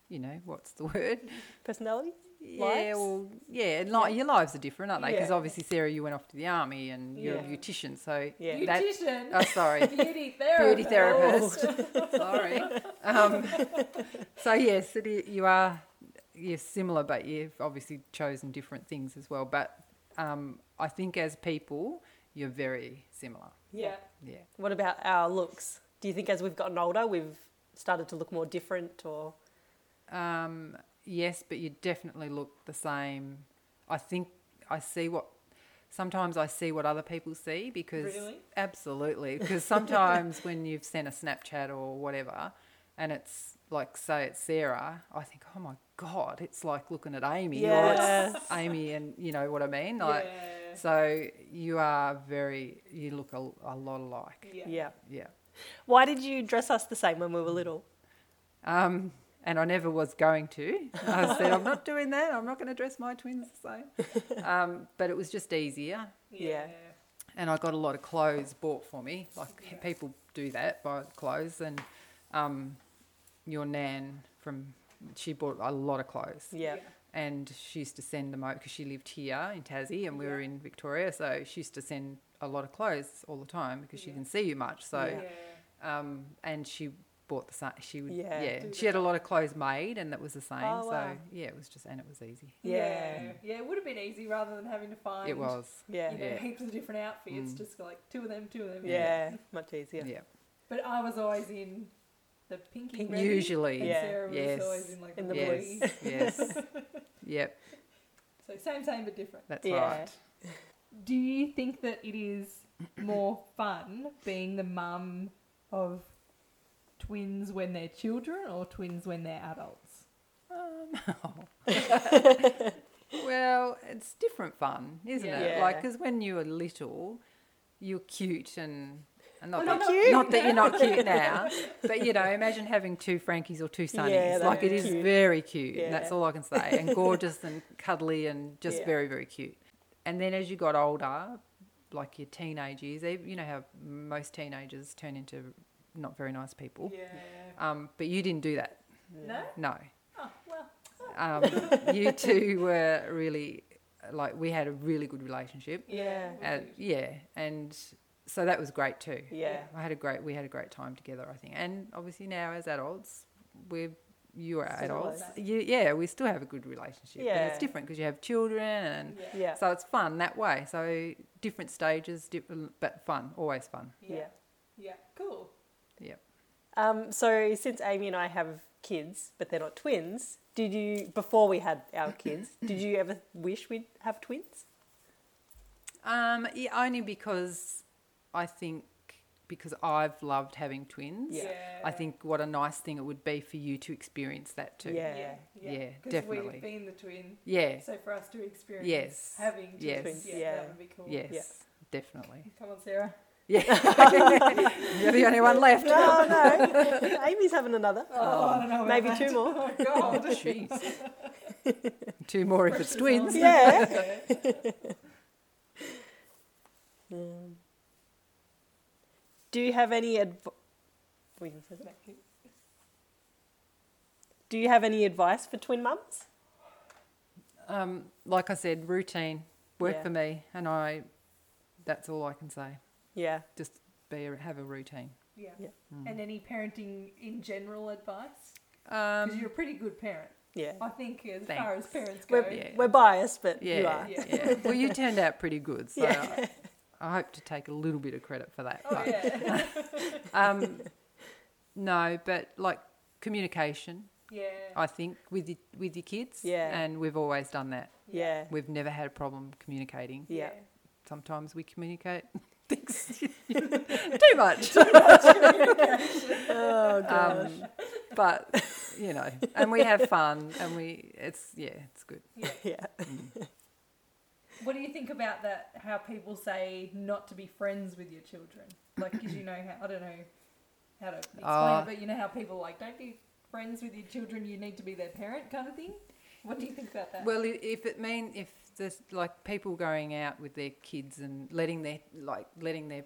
[SPEAKER 3] you know, what's the word?
[SPEAKER 1] Personality?
[SPEAKER 3] Yeah,
[SPEAKER 1] Lives?
[SPEAKER 3] well, yeah, and like your lives are different, aren't they? Because
[SPEAKER 1] Yeah.
[SPEAKER 3] obviously, Sarah, you went off to the army, and you're a
[SPEAKER 2] Yeah.
[SPEAKER 3] beautician, so
[SPEAKER 1] Yeah.
[SPEAKER 3] that-
[SPEAKER 2] Beautician,
[SPEAKER 3] oh, sorry,
[SPEAKER 2] beauty
[SPEAKER 3] beauty
[SPEAKER 2] therapist.
[SPEAKER 3] therapist. sorry. Um, so yes, it is, you are you're similar, but you've obviously chosen different things as well. But um, I think as people, you're very similar.
[SPEAKER 2] Yeah.
[SPEAKER 3] Yeah.
[SPEAKER 1] What about our looks? Do you think as we've gotten older, we've started to look more different or
[SPEAKER 3] Um, yes, but you definitely look the same. I think I see what sometimes I see what other people see because
[SPEAKER 2] Really?
[SPEAKER 3] absolutely because sometimes when you've sent a Snapchat or whatever, and it's like say it's Sarah, I think oh my god, it's like looking at Amy or
[SPEAKER 1] Yes.
[SPEAKER 3] it's Amy, and you know what I mean, like.
[SPEAKER 2] yeah.
[SPEAKER 3] So you are very you look a, a lot alike.
[SPEAKER 2] Yeah.
[SPEAKER 1] yeah.
[SPEAKER 3] Yeah.
[SPEAKER 1] Why did you dress us the same when we were little?
[SPEAKER 3] Um, and I never was going to. I said, I'm not doing that. I'm not going to dress my twins the same. Um, but it was just easier.
[SPEAKER 1] Yeah.
[SPEAKER 3] And I got a lot of clothes bought for me. Like
[SPEAKER 2] Yeah.
[SPEAKER 3] people do that, buy clothes. And um, your nan from, she bought a lot of clothes.
[SPEAKER 1] Yeah.
[SPEAKER 3] And she used to send them out because she lived here in Tassie and we
[SPEAKER 2] Yeah.
[SPEAKER 3] were in Victoria. So she used to send a lot of clothes all the time because she
[SPEAKER 2] Yeah.
[SPEAKER 3] didn't see you much. So
[SPEAKER 1] Yeah.
[SPEAKER 3] um, and she bought the same. She would,
[SPEAKER 1] Yeah.
[SPEAKER 3] yeah,
[SPEAKER 2] Do
[SPEAKER 3] she had a
[SPEAKER 2] that.
[SPEAKER 3] lot of clothes made, and that was the same.
[SPEAKER 1] Oh,
[SPEAKER 3] so
[SPEAKER 1] wow.
[SPEAKER 3] yeah, it was just and it was easy.
[SPEAKER 1] Yeah.
[SPEAKER 2] Yeah. Yeah, It would have been easy rather than having to find.
[SPEAKER 3] It was,
[SPEAKER 1] Yeah.
[SPEAKER 2] You know,
[SPEAKER 3] Yeah.
[SPEAKER 2] heaps of different outfits,
[SPEAKER 3] Mm.
[SPEAKER 2] just like two of them, two of them.
[SPEAKER 1] Yeah. Much
[SPEAKER 3] yeah,
[SPEAKER 1] easier.
[SPEAKER 2] But I was always in the pinky.
[SPEAKER 1] Pink-
[SPEAKER 2] red,
[SPEAKER 3] usually,
[SPEAKER 2] And
[SPEAKER 1] Yeah.
[SPEAKER 2] Sarah was
[SPEAKER 3] Yes.
[SPEAKER 2] always in like
[SPEAKER 1] In
[SPEAKER 2] the
[SPEAKER 1] the
[SPEAKER 3] yes,
[SPEAKER 2] blue.
[SPEAKER 3] yes, yep,
[SPEAKER 2] So same, same but different.
[SPEAKER 3] that's
[SPEAKER 1] Yeah.
[SPEAKER 3] right.
[SPEAKER 4] Do you think that it is more fun being the mum of twins when they're children or twins when they're adults?
[SPEAKER 3] Um, well, it's different fun, isn't
[SPEAKER 2] Yeah.
[SPEAKER 3] it?
[SPEAKER 1] Yeah.
[SPEAKER 3] Like, because when you were little, you're cute and. And not,
[SPEAKER 1] Well,
[SPEAKER 3] that,
[SPEAKER 1] not cute.
[SPEAKER 3] not that you're not cute now, but you know, imagine having two Frankies or two Sunnies.
[SPEAKER 1] that'd
[SPEAKER 3] like
[SPEAKER 2] be
[SPEAKER 3] it is
[SPEAKER 1] cute.
[SPEAKER 3] very cute.
[SPEAKER 1] Yeah.
[SPEAKER 3] And that's all I can say. And gorgeous and cuddly and just
[SPEAKER 1] Yeah.
[SPEAKER 3] very, very cute. And then as you got older, like your teenage years, ev- you know how most teenagers turn into not very nice people.
[SPEAKER 2] Yeah.
[SPEAKER 3] Um, but you didn't do that.
[SPEAKER 2] No?
[SPEAKER 3] No
[SPEAKER 2] Oh, well.
[SPEAKER 3] um, you two were really like we had a really good relationship
[SPEAKER 1] Yeah.
[SPEAKER 2] we
[SPEAKER 3] and
[SPEAKER 2] did.
[SPEAKER 3] yeah and so that was great too
[SPEAKER 1] Yeah.
[SPEAKER 3] i had a great we had a great time together i think and obviously now as adults we're you are
[SPEAKER 1] Still
[SPEAKER 3] adults
[SPEAKER 2] like that.
[SPEAKER 3] you, yeah we still have a good relationship and
[SPEAKER 1] Yeah.
[SPEAKER 3] it's different because you have children and
[SPEAKER 2] Yeah.
[SPEAKER 1] Yeah.
[SPEAKER 3] so it's fun that way so different stages different, but fun always fun
[SPEAKER 2] Yeah. Yeah. Cool.
[SPEAKER 1] Um, so since Amy and I have kids, but they're not twins, did you before we had our kids, did you ever wish we'd have twins?
[SPEAKER 3] Um, yeah, only because I think because I've loved having twins.
[SPEAKER 1] Yeah.
[SPEAKER 3] I think what a nice thing it would be for you to experience that too.
[SPEAKER 1] Yeah.
[SPEAKER 3] Yeah,
[SPEAKER 2] 'Cause
[SPEAKER 3] definitely.
[SPEAKER 2] We've been the twin,
[SPEAKER 3] Yeah.
[SPEAKER 2] so for us to experience
[SPEAKER 3] Yes.
[SPEAKER 2] having two
[SPEAKER 3] Yes.
[SPEAKER 2] twins, yeah,
[SPEAKER 1] Yeah.
[SPEAKER 2] that would be cool.
[SPEAKER 3] Yes. Definitely.
[SPEAKER 2] Come on, Sarah.
[SPEAKER 3] Yeah.
[SPEAKER 2] Oh,
[SPEAKER 3] You're the only one left.
[SPEAKER 1] No, no. Amy's having another.
[SPEAKER 2] Oh, I don't know. about
[SPEAKER 1] Maybe
[SPEAKER 2] that.
[SPEAKER 1] two more.
[SPEAKER 2] Oh God.
[SPEAKER 3] Jeez. Two more if it's
[SPEAKER 2] Pressure's
[SPEAKER 3] twins.
[SPEAKER 2] on.
[SPEAKER 1] Yeah. Um, do you have any adv- we can say that. Do you have any advice for twin mums?
[SPEAKER 3] Um, like I said, routine work
[SPEAKER 1] Yeah.
[SPEAKER 3] for me, and I. That's all I can say.
[SPEAKER 1] Yeah.
[SPEAKER 3] Just be a, have a routine. Mm.
[SPEAKER 2] Yeah.
[SPEAKER 1] Yeah.
[SPEAKER 2] And any parenting in general advice? Because
[SPEAKER 3] Um,
[SPEAKER 2] you're a pretty good parent,
[SPEAKER 1] Yeah.
[SPEAKER 2] I think, as far as parents go.
[SPEAKER 1] We're,
[SPEAKER 3] Yeah.
[SPEAKER 1] we're biased, but you
[SPEAKER 3] yeah,
[SPEAKER 1] are.
[SPEAKER 2] Yeah.
[SPEAKER 3] yeah. Well, you turned out pretty good, so
[SPEAKER 1] Yeah.
[SPEAKER 3] I, I hope to take a little bit of credit for that.
[SPEAKER 2] Oh
[SPEAKER 3] but-
[SPEAKER 2] yeah.
[SPEAKER 3] um, no, but like communication,
[SPEAKER 2] yeah.
[SPEAKER 3] I think with your, with your kids.
[SPEAKER 1] Yeah.
[SPEAKER 3] And we've always done that.
[SPEAKER 1] Yeah.
[SPEAKER 3] We've never had a problem communicating.
[SPEAKER 1] Yeah.
[SPEAKER 3] Sometimes we communicate things too much.
[SPEAKER 1] Oh, gosh.
[SPEAKER 3] Um, but you know, and we have fun, and we it's yeah, it's good.
[SPEAKER 1] yeah.
[SPEAKER 2] What do you think about that? How people say not to be friends with your children, like because you know how I don't know how to explain,
[SPEAKER 3] Ah.
[SPEAKER 2] it, but you know how people like don't be friends with your children. You need to be their parent, kind of thing. What do you think about that?
[SPEAKER 3] Well, i- if it mean if there's like people going out with their kids and letting their like letting their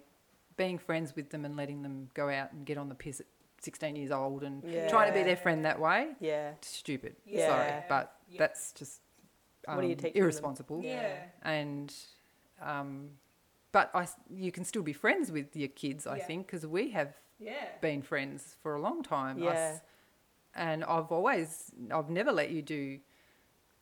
[SPEAKER 3] being friends with them and letting them go out and get on the piss at 16 years old and
[SPEAKER 1] Yeah.
[SPEAKER 3] trying to be their friend that way.
[SPEAKER 1] Yeah.
[SPEAKER 3] Stupid.
[SPEAKER 1] Yeah.
[SPEAKER 3] Sorry, but
[SPEAKER 2] Yeah.
[SPEAKER 3] that's just um,
[SPEAKER 1] What do you teach them?
[SPEAKER 3] irresponsible.
[SPEAKER 1] Yeah.
[SPEAKER 2] Yeah.
[SPEAKER 3] And, um, but I, s- you can still be friends with your kids, I
[SPEAKER 2] Yeah.
[SPEAKER 3] think, because we have
[SPEAKER 2] Yeah.
[SPEAKER 3] been friends for a long time.
[SPEAKER 1] Yeah.
[SPEAKER 3] Us, and I've always, I've never let you do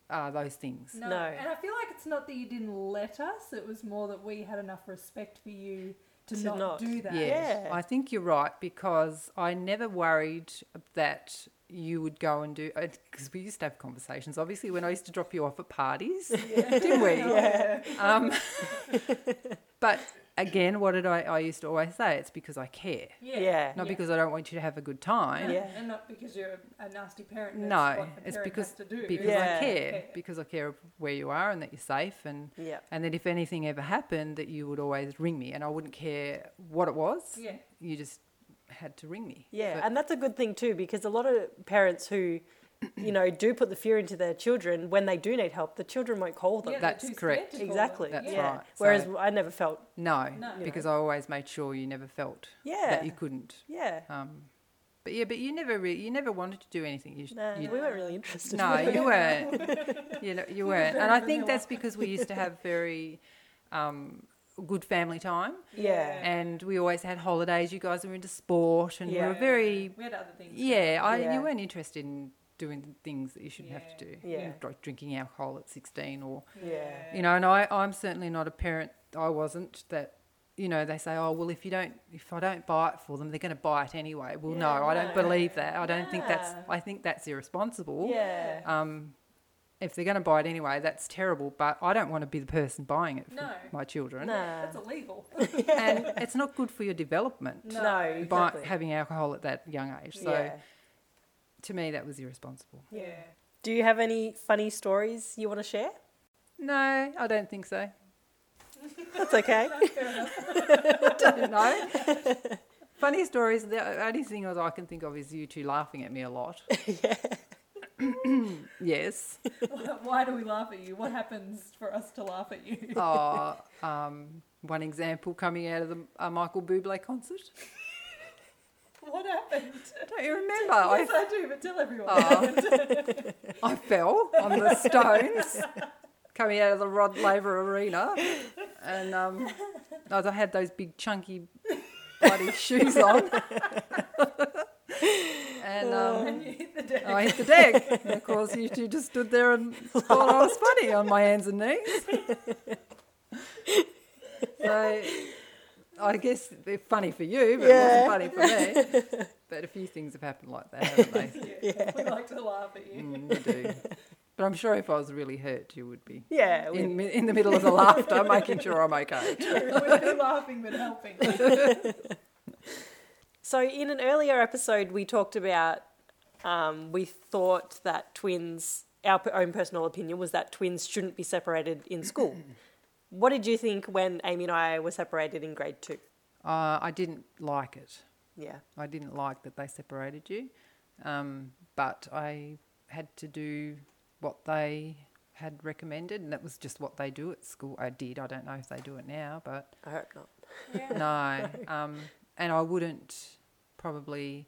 [SPEAKER 3] uh, those things.
[SPEAKER 2] No.
[SPEAKER 1] No.
[SPEAKER 2] And I feel like it's not that you didn't let us, it was more that we had enough respect for you to,
[SPEAKER 1] To
[SPEAKER 2] not,
[SPEAKER 1] not.
[SPEAKER 2] do that.
[SPEAKER 3] Yeah,
[SPEAKER 1] Yeah.
[SPEAKER 3] I think you're right because I never worried that you would go and do because we used to have conversations. Obviously, when I used to drop you off at parties, didn't we? Um, but again, what did I? I used to always say it's because I care,
[SPEAKER 1] Yeah.
[SPEAKER 2] Yeah.
[SPEAKER 1] Yeah.
[SPEAKER 3] not
[SPEAKER 2] Yeah.
[SPEAKER 3] because I don't want you to have a good time.
[SPEAKER 1] Yeah.
[SPEAKER 2] And not because you're a nasty parent. That's
[SPEAKER 3] No,
[SPEAKER 2] what the
[SPEAKER 3] it's
[SPEAKER 2] parent
[SPEAKER 3] because
[SPEAKER 2] has to do.
[SPEAKER 3] because
[SPEAKER 1] Yeah.
[SPEAKER 3] I care
[SPEAKER 2] Okay.
[SPEAKER 3] because I care where you are and that you're safe and
[SPEAKER 1] Yeah.
[SPEAKER 3] and that if anything ever happened that you would always ring me and I wouldn't care what it was.
[SPEAKER 2] Yeah.
[SPEAKER 3] You just had to ring me.
[SPEAKER 1] Yeah,
[SPEAKER 3] But-
[SPEAKER 1] and that's a good thing too because a lot of parents who, you know, do put the fear into their children when they do need help, the children won't call them.
[SPEAKER 2] Yeah, they're
[SPEAKER 3] That's
[SPEAKER 2] too scared
[SPEAKER 3] correct.
[SPEAKER 2] to call them.
[SPEAKER 1] exactly.
[SPEAKER 3] That's
[SPEAKER 1] yeah.
[SPEAKER 3] right.
[SPEAKER 1] Whereas
[SPEAKER 3] So-
[SPEAKER 1] I never felt.
[SPEAKER 3] no,
[SPEAKER 2] No.
[SPEAKER 3] because I always made sure you never felt
[SPEAKER 1] Yeah.
[SPEAKER 3] that you couldn't.
[SPEAKER 1] yeah.
[SPEAKER 3] Um, but yeah, but you never re- you never wanted to do anything. You,
[SPEAKER 1] No,
[SPEAKER 3] you
[SPEAKER 1] we weren't really interested.
[SPEAKER 3] No, you weren't. you know, you weren't. And I think that's because we used to have very um, good family time,
[SPEAKER 1] Yeah.
[SPEAKER 3] and we always had holidays. You guys were into sport, and we
[SPEAKER 1] Yeah.
[SPEAKER 3] were very
[SPEAKER 2] We had other things.
[SPEAKER 3] yeah. I
[SPEAKER 1] Yeah.
[SPEAKER 3] you weren't interested in doing the things that you shouldn't have to do,
[SPEAKER 1] Yeah. Yeah.
[SPEAKER 3] like drinking alcohol at sixteen or
[SPEAKER 1] Yeah.
[SPEAKER 3] you know. And I I'm certainly not a parent. I wasn't that. You know, they say, "Oh, well, if you don't, if I don't buy it for them, they're going to buy it anyway." Well, no,
[SPEAKER 1] Yeah,
[SPEAKER 3] I don't
[SPEAKER 1] no.
[SPEAKER 3] believe that. I don't think that's.
[SPEAKER 1] Yeah.
[SPEAKER 3] I think that's irresponsible.
[SPEAKER 1] Yeah.
[SPEAKER 3] Um, if they're going to buy it anyway, that's terrible. But I don't want to be the person buying it for
[SPEAKER 2] No.
[SPEAKER 3] my children,
[SPEAKER 1] Nah.
[SPEAKER 2] That's illegal.
[SPEAKER 3] and it's not good for your development
[SPEAKER 1] No.
[SPEAKER 2] No,
[SPEAKER 3] by
[SPEAKER 1] exactly.
[SPEAKER 3] having alcohol at that young age. So
[SPEAKER 1] yeah.
[SPEAKER 3] to me, that was irresponsible.
[SPEAKER 2] yeah.
[SPEAKER 1] Do you have any funny stories you want to share?
[SPEAKER 3] No, I don't think so.
[SPEAKER 1] That's okay.
[SPEAKER 3] no. Funny stories. The only thing that I can think of is you two laughing at me a lot. yes.
[SPEAKER 2] Why- Why do we laugh at you? What happens for us to laugh at you?
[SPEAKER 3] Oh, um, one example coming out of the uh, Michael Bublé concert.
[SPEAKER 2] What happened?
[SPEAKER 3] Don't you remember?
[SPEAKER 2] yes, I
[SPEAKER 3] I
[SPEAKER 2] do, but tell everyone.
[SPEAKER 3] Oh. I fell on the stones coming out of the Rod Laver Arena, and um, as I had those big chunky bloody shoes on, and um,
[SPEAKER 2] And you hit the deck.
[SPEAKER 3] I hit the deck. And of course, you two just stood there and thought I was funny on my hands and knees. So. I guess they're funny for you, but
[SPEAKER 1] Yeah.
[SPEAKER 3] it wasn't funny for me. But a few things have happened like that, haven't they?
[SPEAKER 2] Yeah. We like to laugh at you.
[SPEAKER 3] Mm, you do. but I'm sure if I was really hurt, you would be.
[SPEAKER 1] yeah. We,
[SPEAKER 3] In, in the middle of the laughter, making sure I'm okay.
[SPEAKER 2] We're laughing but helping.
[SPEAKER 1] So, in an earlier episode, we talked about um, we thought that twins, our p- own personal opinion was that twins shouldn't be separated in school. what did you think when Amy and I were separated in grade two?
[SPEAKER 3] Uh, I didn't like it.
[SPEAKER 1] Yeah.
[SPEAKER 3] I didn't like that they separated you. Um, but I had to do what they had recommended, and that was just what they do at school. I did. I don't know if they do it now, but
[SPEAKER 1] I hope not.
[SPEAKER 3] no. Um, and I wouldn't probably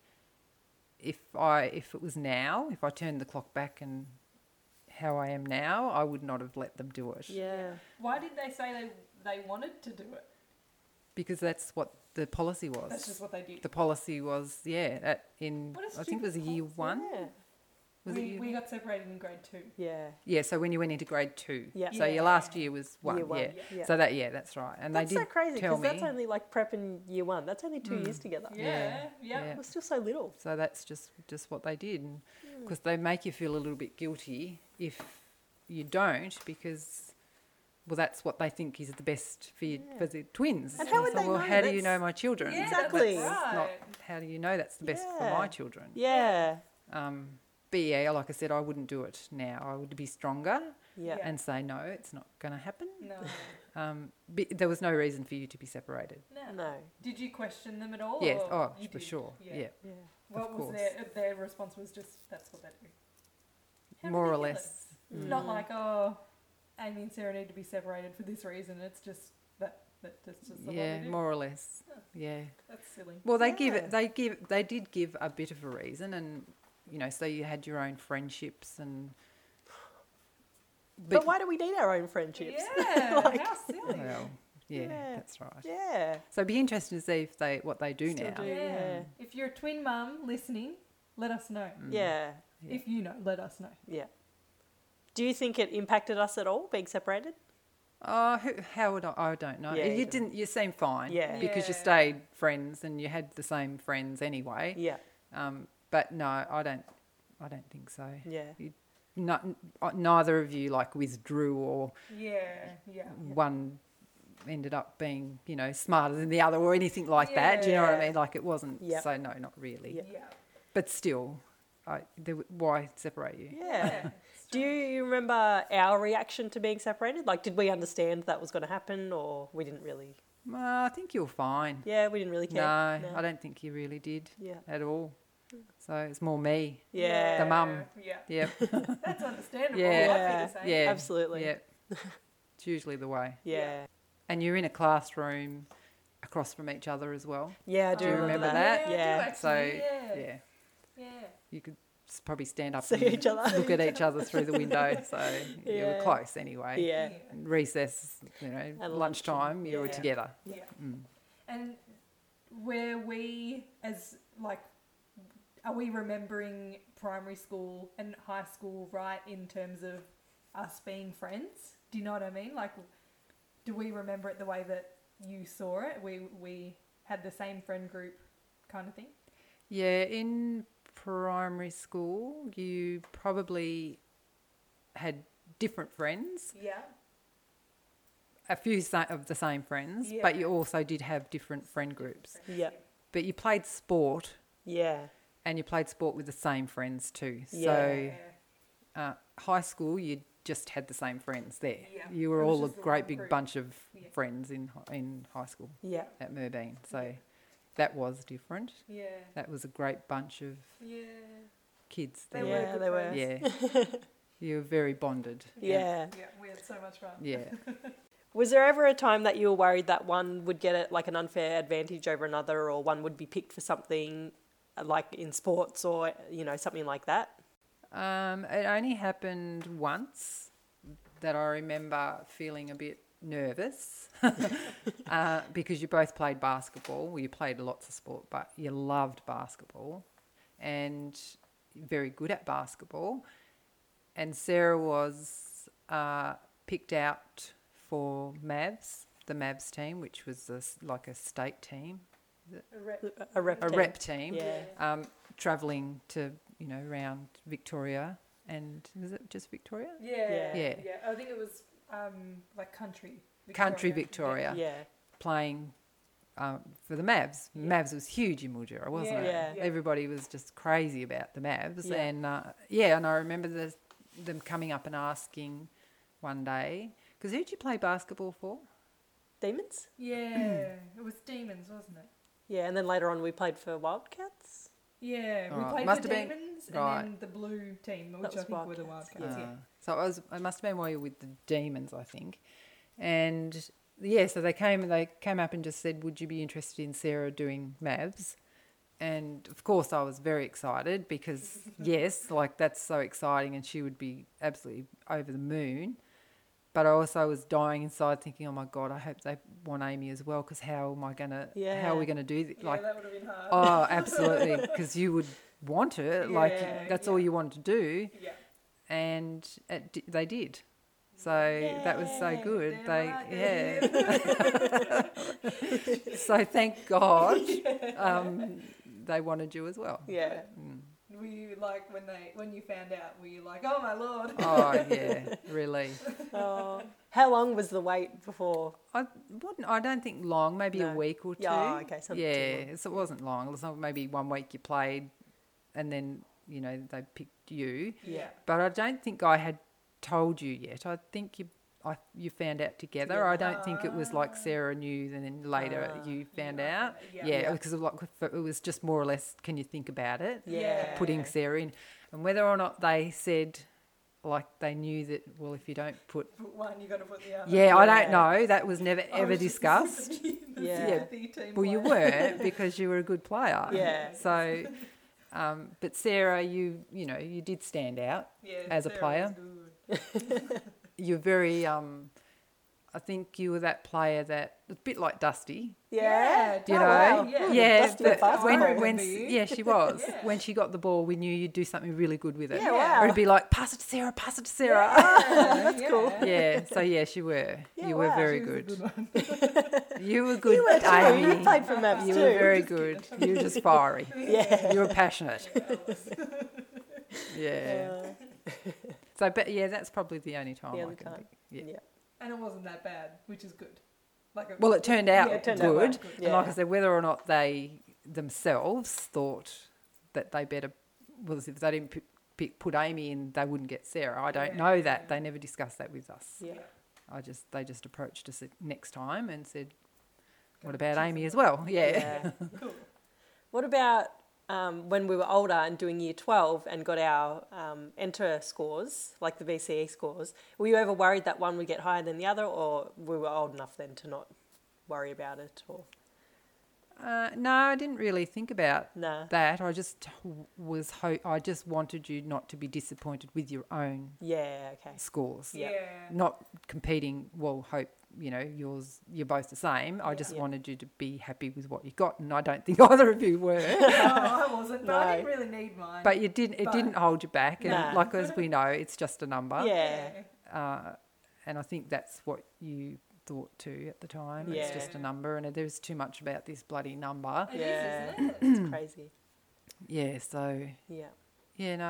[SPEAKER 3] if I if it was now, if I turned the clock back and how I am now, I would not have let them do it
[SPEAKER 1] Yeah.
[SPEAKER 2] Why did they say they they wanted to do it?
[SPEAKER 3] because that's what the policy was.
[SPEAKER 2] That's just what they did.
[SPEAKER 3] the policy was yeah at, in
[SPEAKER 2] What a
[SPEAKER 3] I think it was a
[SPEAKER 2] stupid
[SPEAKER 3] year
[SPEAKER 2] policy.
[SPEAKER 3] one. Was it
[SPEAKER 2] We,
[SPEAKER 3] year?
[SPEAKER 2] we got separated in grade two.
[SPEAKER 1] Yeah.
[SPEAKER 3] yeah, so when you went into grade two,
[SPEAKER 1] Yeah.
[SPEAKER 3] So your last year was one,
[SPEAKER 1] Year one,
[SPEAKER 3] yeah.
[SPEAKER 1] yeah.
[SPEAKER 3] So that yeah, that's right. And
[SPEAKER 1] that's
[SPEAKER 3] they did
[SPEAKER 1] so crazy
[SPEAKER 3] tell
[SPEAKER 1] because
[SPEAKER 3] me, Mm.
[SPEAKER 1] that's only like prep and year one. That's only two years together.
[SPEAKER 2] Yeah, yeah.
[SPEAKER 3] Yeah.
[SPEAKER 1] We're still so little.
[SPEAKER 3] So that's just just what they did,
[SPEAKER 1] Hmm.
[SPEAKER 3] because they make you feel a little bit guilty if you don't, because well, that's what they think is the best for your, for the twins.
[SPEAKER 1] And how
[SPEAKER 3] you
[SPEAKER 1] would
[SPEAKER 3] say,
[SPEAKER 1] they
[SPEAKER 3] well,
[SPEAKER 1] know?
[SPEAKER 3] how do you
[SPEAKER 1] That's-
[SPEAKER 3] know my children?
[SPEAKER 2] Yeah,
[SPEAKER 1] Exactly.
[SPEAKER 2] that's
[SPEAKER 3] That's not
[SPEAKER 2] right.
[SPEAKER 3] how do you know that's the best for
[SPEAKER 1] Yeah.
[SPEAKER 3] my children?
[SPEAKER 1] Yeah.
[SPEAKER 3] Um, but yeah, like I said, I wouldn't do it now. I would be stronger
[SPEAKER 1] Yeah.
[SPEAKER 2] Yeah.
[SPEAKER 3] and say no, it's not going to happen.
[SPEAKER 2] No,
[SPEAKER 3] Um, be there was no reason for you to be separated.
[SPEAKER 2] no.
[SPEAKER 1] No.
[SPEAKER 2] Did you question them at all?
[SPEAKER 3] yes,
[SPEAKER 2] or
[SPEAKER 3] oh,
[SPEAKER 2] you
[SPEAKER 3] for
[SPEAKER 2] did?
[SPEAKER 3] sure.
[SPEAKER 2] Yeah.
[SPEAKER 3] yeah.
[SPEAKER 1] Yeah.
[SPEAKER 2] What
[SPEAKER 3] of
[SPEAKER 2] was their their response? Was just that's what they do. How
[SPEAKER 3] more or
[SPEAKER 2] ridiculous.
[SPEAKER 3] less. Mm.
[SPEAKER 2] It's not like oh, Amy and Sarah need to be separated for this reason. It's just that that that's just what
[SPEAKER 3] yeah,
[SPEAKER 2] we do.
[SPEAKER 3] more or less.
[SPEAKER 2] Yeah.
[SPEAKER 3] Yeah.
[SPEAKER 2] That's silly.
[SPEAKER 3] Well, they give
[SPEAKER 4] Yeah.
[SPEAKER 3] give they give they did give a bit of a reason, and you know, so you had your own friendships and.
[SPEAKER 1] But why do we need our own friendships?
[SPEAKER 2] Yeah,
[SPEAKER 1] Like-
[SPEAKER 2] how silly.
[SPEAKER 3] Well, yeah,
[SPEAKER 1] Yeah.
[SPEAKER 3] that's right.
[SPEAKER 1] Yeah.
[SPEAKER 3] So it'd be interesting to see if they what they do
[SPEAKER 1] Still
[SPEAKER 3] now.
[SPEAKER 1] do,
[SPEAKER 2] Yeah.
[SPEAKER 1] yeah.
[SPEAKER 2] If you're a twin mum listening, let us know.
[SPEAKER 3] Mm.
[SPEAKER 1] Yeah.
[SPEAKER 3] Yeah.
[SPEAKER 2] If you know, let us know.
[SPEAKER 1] Yeah. Do you think it impacted us at all being separated?
[SPEAKER 3] Oh, who, how would I? I don't know.
[SPEAKER 1] Yeah,
[SPEAKER 3] you
[SPEAKER 1] you
[SPEAKER 3] didn't. You seemed fine.
[SPEAKER 1] Yeah.
[SPEAKER 3] Because you
[SPEAKER 2] Yeah.
[SPEAKER 3] stayed friends and you had the same friends anyway.
[SPEAKER 1] Yeah.
[SPEAKER 3] Um, but no, I don't. I don't think so.
[SPEAKER 1] Yeah.
[SPEAKER 3] Not, neither of you like withdrew or
[SPEAKER 2] Yeah, yeah.
[SPEAKER 3] Mm, one ended up being you know smarter than the other or anything like that. Do you know what I
[SPEAKER 2] Yeah.
[SPEAKER 3] mean? Like it wasn't.
[SPEAKER 1] Yep.
[SPEAKER 3] So no, not really.
[SPEAKER 1] Yeah.
[SPEAKER 3] But still, I, there, w- why separate you?
[SPEAKER 1] Yeah. Do you remember our reaction to being separated? Like, did we understand that was going to happen, or we didn't really?
[SPEAKER 3] Uh, I think you're fine.
[SPEAKER 1] Yeah, we didn't really care.
[SPEAKER 3] no, I don't think you really did
[SPEAKER 1] Yeah.
[SPEAKER 3] at all. So it's more me.
[SPEAKER 1] Yeah.
[SPEAKER 3] The mum.
[SPEAKER 2] Yeah,
[SPEAKER 3] Yep.
[SPEAKER 2] that's understandable.
[SPEAKER 1] Yeah.
[SPEAKER 2] I'd be the same.
[SPEAKER 3] Yeah.
[SPEAKER 1] Absolutely.
[SPEAKER 3] Yep. It's usually the way.
[SPEAKER 1] Yeah.
[SPEAKER 3] And you're in a classroom across from each other as well.
[SPEAKER 1] Yeah, I do,
[SPEAKER 3] Do you remember that?
[SPEAKER 1] Yeah.
[SPEAKER 2] Yeah,
[SPEAKER 3] So,
[SPEAKER 2] I do actually, yeah.
[SPEAKER 3] Yeah.
[SPEAKER 2] yeah.
[SPEAKER 3] You could s- probably stand up
[SPEAKER 1] See
[SPEAKER 3] and
[SPEAKER 1] each other.
[SPEAKER 3] look at each other through the window. So you were
[SPEAKER 1] Yeah.
[SPEAKER 3] close anyway.
[SPEAKER 1] Yeah.
[SPEAKER 3] And recess, you know,
[SPEAKER 1] lunchtime,
[SPEAKER 3] lunchtime, you were
[SPEAKER 1] yeah.
[SPEAKER 3] together.
[SPEAKER 2] Yeah.
[SPEAKER 3] Mm.
[SPEAKER 2] And where we, as like, are we remembering primary school and high school right in terms of us being friends? Do you know what I mean? Like, do we remember it the way that you saw it? We we had the same friend group, kind of thing.
[SPEAKER 3] Yeah, in primary school, you probably had different friends,
[SPEAKER 2] Yeah.
[SPEAKER 3] a few sa- of the same friends, but you
[SPEAKER 2] Yeah.
[SPEAKER 3] also did have different friend groups.
[SPEAKER 1] Yeah.
[SPEAKER 3] But you played sport
[SPEAKER 1] Yeah.
[SPEAKER 3] and you played sport with the same friends too.
[SPEAKER 1] Yeah.
[SPEAKER 3] So, uh, high school, you just had the same friends there.
[SPEAKER 2] Yeah.
[SPEAKER 3] You were
[SPEAKER 2] It was
[SPEAKER 3] all a
[SPEAKER 2] just the
[SPEAKER 3] great
[SPEAKER 2] one
[SPEAKER 3] big
[SPEAKER 2] group.
[SPEAKER 3] bunch of
[SPEAKER 2] Yeah.
[SPEAKER 3] friends in hi- in high school
[SPEAKER 1] Yeah.
[SPEAKER 3] at Murbean. So, that was different.
[SPEAKER 2] Yeah.
[SPEAKER 3] That was a great bunch of
[SPEAKER 2] Yeah.
[SPEAKER 3] kids
[SPEAKER 2] They
[SPEAKER 3] there.
[SPEAKER 2] were
[SPEAKER 1] Yeah,
[SPEAKER 2] good
[SPEAKER 1] they were.
[SPEAKER 2] friends.
[SPEAKER 3] Yeah. You're very bonded.
[SPEAKER 1] Yeah.
[SPEAKER 2] Yeah, we had so much fun.
[SPEAKER 3] Yeah.
[SPEAKER 1] Was there ever a time that you were worried that one would get a, like an unfair advantage over another, or one would be picked for something uh, like in sports or you know something like that?
[SPEAKER 3] Um, it only happened once that I remember feeling a bit nervous uh, because you both played basketball. Well, you played lots of sport, but you loved basketball and very good at basketball. And Sarah was uh, picked out for Mavs, the Mavs team, which was a s like a state team,
[SPEAKER 1] A rep.
[SPEAKER 3] a
[SPEAKER 1] team.
[SPEAKER 3] rep team.
[SPEAKER 1] Yeah.
[SPEAKER 3] um, traveling to you know around Victoria and is it just Victoria?
[SPEAKER 2] Yeah,
[SPEAKER 1] Yeah.
[SPEAKER 3] Yeah.
[SPEAKER 2] I think it was um, like country.
[SPEAKER 3] Country Victoria
[SPEAKER 1] Yeah.
[SPEAKER 3] playing um, for the Mavs.
[SPEAKER 2] Yeah.
[SPEAKER 3] Mavs was huge in Mildura, wasn't it?
[SPEAKER 1] Yeah.
[SPEAKER 2] Yeah.
[SPEAKER 3] Everybody was just crazy about the Mavs,
[SPEAKER 1] Yeah.
[SPEAKER 3] and uh, yeah, and I remember the, them coming up and asking one day because who did you play basketball for?
[SPEAKER 1] Demons.
[SPEAKER 2] Yeah, it was demons, wasn't it?
[SPEAKER 1] Yeah, and then later on we played for Wildcats.
[SPEAKER 2] Yeah, we
[SPEAKER 3] Right.
[SPEAKER 2] played
[SPEAKER 3] Must
[SPEAKER 2] the
[SPEAKER 3] have been-
[SPEAKER 2] demons
[SPEAKER 3] right.
[SPEAKER 2] and then the blue team, which I
[SPEAKER 1] was
[SPEAKER 2] think were the
[SPEAKER 1] Wildcats,
[SPEAKER 2] Wildcats.
[SPEAKER 1] yeah.
[SPEAKER 2] Yeah,
[SPEAKER 3] Uh, so it was. It must have been while you were with the demons, I think. And yeah, so they came. They came up and just said, "Would you be interested in Sarah doing Mavs?" And of course, I was very excited because yes, like that's so exciting, and she would be absolutely over the moon. But I also was dying inside, thinking, "Oh my god, I hope they want Amy as well, because how am I gonna? How are
[SPEAKER 1] Yeah.
[SPEAKER 3] we gonna do this?
[SPEAKER 2] yeah
[SPEAKER 3] like,
[SPEAKER 2] that would have been hard.
[SPEAKER 3] oh, absolutely, because you would want it. like,
[SPEAKER 2] Yeah,
[SPEAKER 3] that's
[SPEAKER 2] yeah.
[SPEAKER 3] all you want to do."
[SPEAKER 2] yeah,
[SPEAKER 3] and it, di- they did. So that was so
[SPEAKER 1] Yay.
[SPEAKER 3] good.
[SPEAKER 2] Damn
[SPEAKER 3] they
[SPEAKER 2] right they
[SPEAKER 3] yeah. so thank God um, they wanted you as well.
[SPEAKER 1] Yeah.
[SPEAKER 3] Mm.
[SPEAKER 2] Were you like when they when you found out? Were you like, oh my lord?
[SPEAKER 3] Oh yeah, relief.
[SPEAKER 1] Oh. How long was the wait before?
[SPEAKER 3] I wouldn't. I don't think long. Maybe a
[SPEAKER 1] No.
[SPEAKER 3] week or two.
[SPEAKER 1] Yeah, oh, okay, so not too
[SPEAKER 3] yeah, so it wasn't long. It was not- maybe one week you played, and then you know they picked you.
[SPEAKER 2] yeah,
[SPEAKER 3] But I don't think I had told you yet. I think you I, you found out together. I don't think it was like Sarah knew, and then later
[SPEAKER 1] Ah.
[SPEAKER 3] you found
[SPEAKER 2] Yeah.
[SPEAKER 3] out.
[SPEAKER 2] Yeah.
[SPEAKER 3] Yeah,
[SPEAKER 1] Yeah.
[SPEAKER 3] because it was like it was just more or less. Can you think about it?
[SPEAKER 1] Yeah.
[SPEAKER 2] Yeah.
[SPEAKER 3] Putting Sarah in, and whether or not they said, like they knew that well if you don't put
[SPEAKER 2] Put one, you got to put the other.
[SPEAKER 3] yeah, I
[SPEAKER 1] Yeah.
[SPEAKER 3] don't know that was never
[SPEAKER 2] I
[SPEAKER 3] ever
[SPEAKER 2] was just the
[SPEAKER 3] discussed
[SPEAKER 2] sympathy- the
[SPEAKER 1] Yeah.
[SPEAKER 2] sympathy team
[SPEAKER 3] well you
[SPEAKER 2] player.
[SPEAKER 3] weren't because you were a good player
[SPEAKER 1] Yeah.
[SPEAKER 3] so um, but Sarah you you know you did stand out
[SPEAKER 2] Yeah,
[SPEAKER 3] as a
[SPEAKER 2] Sarah
[SPEAKER 3] player.
[SPEAKER 2] was good.
[SPEAKER 3] you're very um, I think you were that player that a bit like Dusty
[SPEAKER 1] Yeah.
[SPEAKER 3] you
[SPEAKER 2] Oh,
[SPEAKER 3] know,
[SPEAKER 2] wow. Yeah.
[SPEAKER 3] yeah,
[SPEAKER 1] Dusty
[SPEAKER 3] but
[SPEAKER 1] fast
[SPEAKER 3] when,
[SPEAKER 1] forward.
[SPEAKER 3] when
[SPEAKER 2] Remember you.
[SPEAKER 3] yeah, she was.
[SPEAKER 2] Yeah.
[SPEAKER 3] When she got the ball, we knew you'd do something really good with it.
[SPEAKER 1] Yeah, wow.
[SPEAKER 3] Or it'd be like, pass it to Sarah, pass it to Sarah.
[SPEAKER 2] that's cool.
[SPEAKER 3] Yeah, so yeah, she were.
[SPEAKER 1] Yeah,
[SPEAKER 3] you were
[SPEAKER 1] wow.
[SPEAKER 3] very
[SPEAKER 2] She was a
[SPEAKER 3] good.
[SPEAKER 2] good one.
[SPEAKER 3] you were good,
[SPEAKER 1] You were too.
[SPEAKER 3] Amy.
[SPEAKER 1] You played for maps
[SPEAKER 3] You
[SPEAKER 1] too.
[SPEAKER 3] were very good. You were just fiery.
[SPEAKER 1] Yeah.
[SPEAKER 3] You were passionate. Yeah.
[SPEAKER 1] Uh,
[SPEAKER 3] So, but yeah, that's probably the only time
[SPEAKER 1] the
[SPEAKER 3] I
[SPEAKER 1] other
[SPEAKER 3] can
[SPEAKER 1] time.
[SPEAKER 3] think. Yeah.
[SPEAKER 2] And it wasn't that bad, which is good. Like it
[SPEAKER 3] Well, it turned out
[SPEAKER 1] Yeah, it turned out
[SPEAKER 3] good.
[SPEAKER 1] well.
[SPEAKER 3] And like I
[SPEAKER 1] Yeah.
[SPEAKER 3] said, whether or not they themselves thought that they better, well, if they didn't p- pick, put Amy in, they wouldn't get Sarah. I don't
[SPEAKER 2] Yeah.
[SPEAKER 3] know that. They never discussed that with us.
[SPEAKER 1] Yeah.
[SPEAKER 3] I just, they just approached us next time and said, what about Amy as well? Yeah.
[SPEAKER 2] Cool.
[SPEAKER 1] What about um, when we were older and doing year 12 and got our um, enter scores, like the BCE scores? Were you ever worried that one would get higher than the other, or we were old enough then to not worry about it? Or
[SPEAKER 3] Uh, no, I didn't really think about
[SPEAKER 1] nah,
[SPEAKER 3] that. I just was, ho- I just wanted you not to be disappointed with your own
[SPEAKER 1] yeah, okay,
[SPEAKER 3] scores.
[SPEAKER 1] Yeah.
[SPEAKER 2] Yeah.
[SPEAKER 3] not competing well hope you know yours you're both the same i just
[SPEAKER 1] Yeah.
[SPEAKER 3] wanted you to be happy with what you got and i don't think either of you were
[SPEAKER 2] no, Oh, I wasn't, but I
[SPEAKER 1] No.
[SPEAKER 2] didn't really need mine.
[SPEAKER 3] but you didn't it
[SPEAKER 2] But-
[SPEAKER 3] didn't hold you back and
[SPEAKER 1] Nah.
[SPEAKER 3] like as we know it's just a number
[SPEAKER 1] yeah,
[SPEAKER 3] uh, and i think that's what you thought too at the time it's just a
[SPEAKER 2] Yeah.
[SPEAKER 3] number and there's too much about this bloody number
[SPEAKER 2] It is,
[SPEAKER 1] Yeah.
[SPEAKER 2] isn't it?
[SPEAKER 1] it's crazy,
[SPEAKER 3] yeah so
[SPEAKER 1] yeah,
[SPEAKER 3] yeah no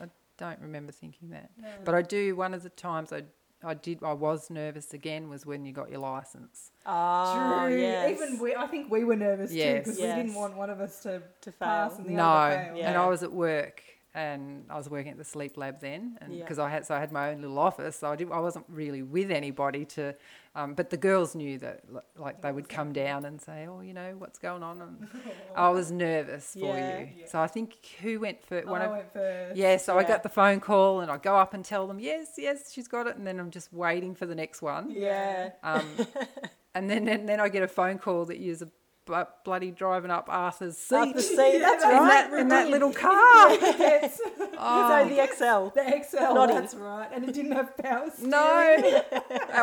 [SPEAKER 3] i, I don't remember thinking that
[SPEAKER 2] No.
[SPEAKER 3] but
[SPEAKER 1] Mm.
[SPEAKER 3] i do one of the times i I did. I was nervous again. Was when you got your license.
[SPEAKER 1] oh,
[SPEAKER 2] True.
[SPEAKER 1] yes,
[SPEAKER 2] Even we, I think we were nervous
[SPEAKER 3] uh, Yes.
[SPEAKER 2] too because
[SPEAKER 1] Yes.
[SPEAKER 2] we didn't want one of us to
[SPEAKER 1] to fail,
[SPEAKER 2] pass and the other
[SPEAKER 3] No,
[SPEAKER 2] fail.
[SPEAKER 1] Yeah.
[SPEAKER 3] and I was at work, and I was working at the sleep lab then, and
[SPEAKER 1] Yeah.
[SPEAKER 3] because I had so I had my own little office, so I did I wasn't really with anybody to, um, but the girls knew that li- like they would come down and say, oh, you know what's going on, and I was nervous for
[SPEAKER 1] Yeah. Oh,
[SPEAKER 3] you,
[SPEAKER 2] Yeah.
[SPEAKER 3] so I think who went for
[SPEAKER 2] I
[SPEAKER 3] one of
[SPEAKER 2] went first.
[SPEAKER 3] yeah, so I
[SPEAKER 1] Yeah.
[SPEAKER 3] got the phone call and I go up and tell them yes, yes, she's got it, and then I'm just waiting for the next one,
[SPEAKER 1] yeah,
[SPEAKER 3] um, and then, then then I get a phone call that you're bloody driving up Arthur's seat.
[SPEAKER 1] Up the seat, that's
[SPEAKER 3] in
[SPEAKER 1] right, Oh.
[SPEAKER 3] that, in that little car.
[SPEAKER 2] That's
[SPEAKER 1] so the XL,
[SPEAKER 2] the XL.
[SPEAKER 1] Noddy.
[SPEAKER 2] That's right. And it didn't have power steering.
[SPEAKER 3] No,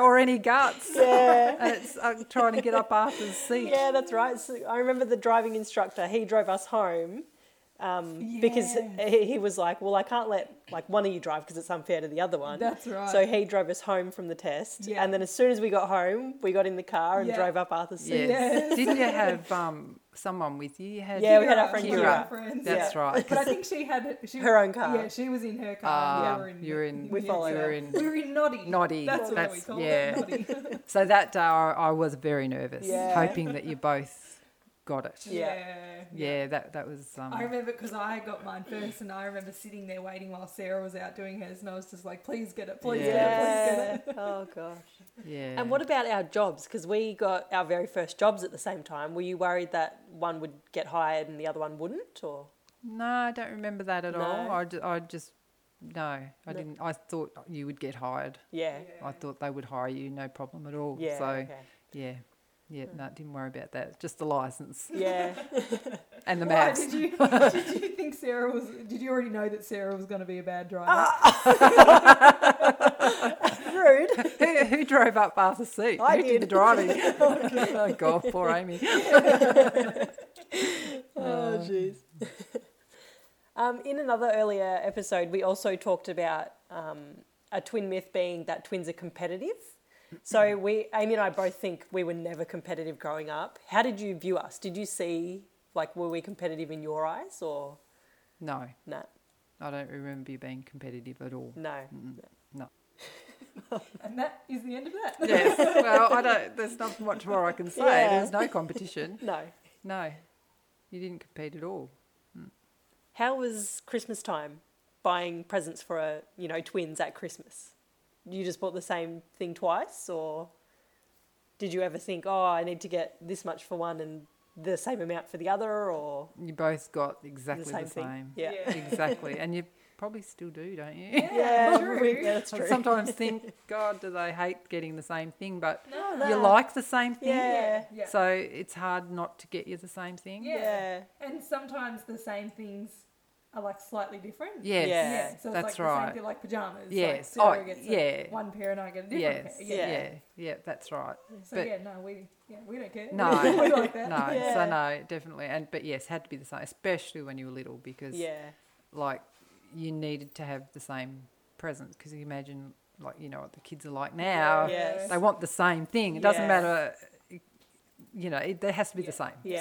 [SPEAKER 3] or any guts.
[SPEAKER 1] yeah.
[SPEAKER 3] And it's I'm trying to get up Arthur's seat.
[SPEAKER 1] Yeah, that's right. So I remember the driving instructor. He drove us home um, because he, he was like, "Well, I can't let like one of you drive because it's unfair to the other one."
[SPEAKER 2] That's right.
[SPEAKER 1] So he drove us home from the test,
[SPEAKER 2] Yeah.
[SPEAKER 1] and then as soon as we got home, we got in the car and
[SPEAKER 2] Yeah.
[SPEAKER 1] drove up Arthur's seat.
[SPEAKER 3] Yes. Didn't you have um, someone with you? You had
[SPEAKER 1] Yeah, we had our
[SPEAKER 2] Kira,
[SPEAKER 1] friend
[SPEAKER 2] she was
[SPEAKER 3] Kira.
[SPEAKER 2] our friend.
[SPEAKER 3] That's
[SPEAKER 1] yeah.
[SPEAKER 3] right.
[SPEAKER 2] But I think she had she,
[SPEAKER 1] Her own car.
[SPEAKER 2] Yeah, she was in her car. and
[SPEAKER 3] Ah,
[SPEAKER 2] we were in,
[SPEAKER 3] you were in.
[SPEAKER 1] We
[SPEAKER 2] the
[SPEAKER 1] followed
[SPEAKER 3] you
[SPEAKER 2] XL.
[SPEAKER 3] were
[SPEAKER 1] her.
[SPEAKER 3] in.
[SPEAKER 2] We were in Noddy.
[SPEAKER 3] Noddy.
[SPEAKER 2] That's, what we
[SPEAKER 3] That's-
[SPEAKER 2] called
[SPEAKER 3] yeah.
[SPEAKER 2] it. Noddy.
[SPEAKER 3] So that day I I was very nervous,
[SPEAKER 1] Yeah.
[SPEAKER 3] hoping that you both got it. Yeah,
[SPEAKER 2] yeah.
[SPEAKER 3] that that was. Um,
[SPEAKER 2] I remember because I got mine first, and I remember sitting there waiting while Sarah was out doing hers, and I was just like, "Please get it, please get it, please get it."
[SPEAKER 1] Yeah. oh gosh.
[SPEAKER 3] yeah.
[SPEAKER 1] And what about our jobs? Because we got our very first jobs at the same time. Were you worried that one would get hired and the other one wouldn't? Or
[SPEAKER 3] No, I don't remember that at all.
[SPEAKER 1] No?
[SPEAKER 3] I just, I just no, I
[SPEAKER 1] No.
[SPEAKER 3] didn't. I thought you would get hired.
[SPEAKER 1] yeah,
[SPEAKER 3] I thought they would hire you, no problem at all.
[SPEAKER 1] yeah,
[SPEAKER 3] so
[SPEAKER 1] okay.
[SPEAKER 3] yeah, Hmm. yeah, no, didn't worry about that. Just the license
[SPEAKER 1] yeah.
[SPEAKER 3] and the
[SPEAKER 2] Why
[SPEAKER 3] maps.
[SPEAKER 2] did you did you think Sarah was? Did you already know that Sarah was going to be a bad driver?
[SPEAKER 3] Ah.
[SPEAKER 1] Rude.
[SPEAKER 3] who, who drove up Arthur's seat?
[SPEAKER 1] I
[SPEAKER 3] who did. the
[SPEAKER 1] did.
[SPEAKER 3] driving? oh God, poor Amy.
[SPEAKER 1] Oh, jeez. um, in another earlier episode, we also talked about um, a twin myth being that twins are competitive. So we, Amy and I both think we were never competitive growing up. How did you view us? Did you see, like, were we competitive in your eyes or
[SPEAKER 3] No,
[SPEAKER 1] no?
[SPEAKER 3] I don't remember you being competitive at all.
[SPEAKER 1] No.
[SPEAKER 2] and that is the end of that.
[SPEAKER 3] Yes. Well, I don't. There's not much more I can say.
[SPEAKER 1] Yeah.
[SPEAKER 3] There's no competition.
[SPEAKER 1] No.
[SPEAKER 3] No, you didn't compete at all.
[SPEAKER 1] How was Christmas time buying presents for, a, you know, twins at Christmas? You just bought the same thing twice or did you ever think, oh, I need to get this much for one and the same amount for the other or
[SPEAKER 3] You both got exactly the same.
[SPEAKER 1] thing? Yeah.
[SPEAKER 2] Yeah.
[SPEAKER 3] exactly. And you probably still do, don't you?
[SPEAKER 1] Yeah,
[SPEAKER 5] true.
[SPEAKER 1] we- yeah, that's
[SPEAKER 3] I
[SPEAKER 1] true.
[SPEAKER 3] sometimes think, God, do they hate getting the same thing? But
[SPEAKER 5] No,
[SPEAKER 1] No,
[SPEAKER 5] no.
[SPEAKER 3] you
[SPEAKER 1] Nah.
[SPEAKER 3] like the same thing.
[SPEAKER 1] Yeah.
[SPEAKER 5] Yeah.
[SPEAKER 3] So it's hard not to get you the same thing.
[SPEAKER 5] Yeah.
[SPEAKER 1] Yeah.
[SPEAKER 5] And sometimes the same things are like slightly different.
[SPEAKER 3] Yes.
[SPEAKER 1] Yeah.
[SPEAKER 5] Yeah, so it's
[SPEAKER 3] That's
[SPEAKER 5] like the
[SPEAKER 3] right.
[SPEAKER 5] same thing like pajamas.
[SPEAKER 3] Yes.
[SPEAKER 5] Like Sarah
[SPEAKER 3] Oh,
[SPEAKER 5] gets a-
[SPEAKER 3] yeah.
[SPEAKER 5] one pair and I get a different
[SPEAKER 3] Yes.
[SPEAKER 5] pair.
[SPEAKER 3] Yeah.
[SPEAKER 5] Yeah.
[SPEAKER 3] yeah.
[SPEAKER 1] Yeah.
[SPEAKER 3] That's right.
[SPEAKER 5] So
[SPEAKER 3] But-
[SPEAKER 5] yeah, no, we yeah, we don't care.
[SPEAKER 3] No.
[SPEAKER 5] we like that.
[SPEAKER 3] No.
[SPEAKER 1] Yeah.
[SPEAKER 3] So no, definitely. And but yes, had to be the same, especially when you were little, because
[SPEAKER 1] Yeah.
[SPEAKER 3] like you needed to have the same presents. Because you imagine, like you know what the kids are like now.
[SPEAKER 1] Yes.
[SPEAKER 3] They want the same thing. It doesn't
[SPEAKER 1] Yes.
[SPEAKER 3] matter. You know, it, there has to be the
[SPEAKER 5] Yeah.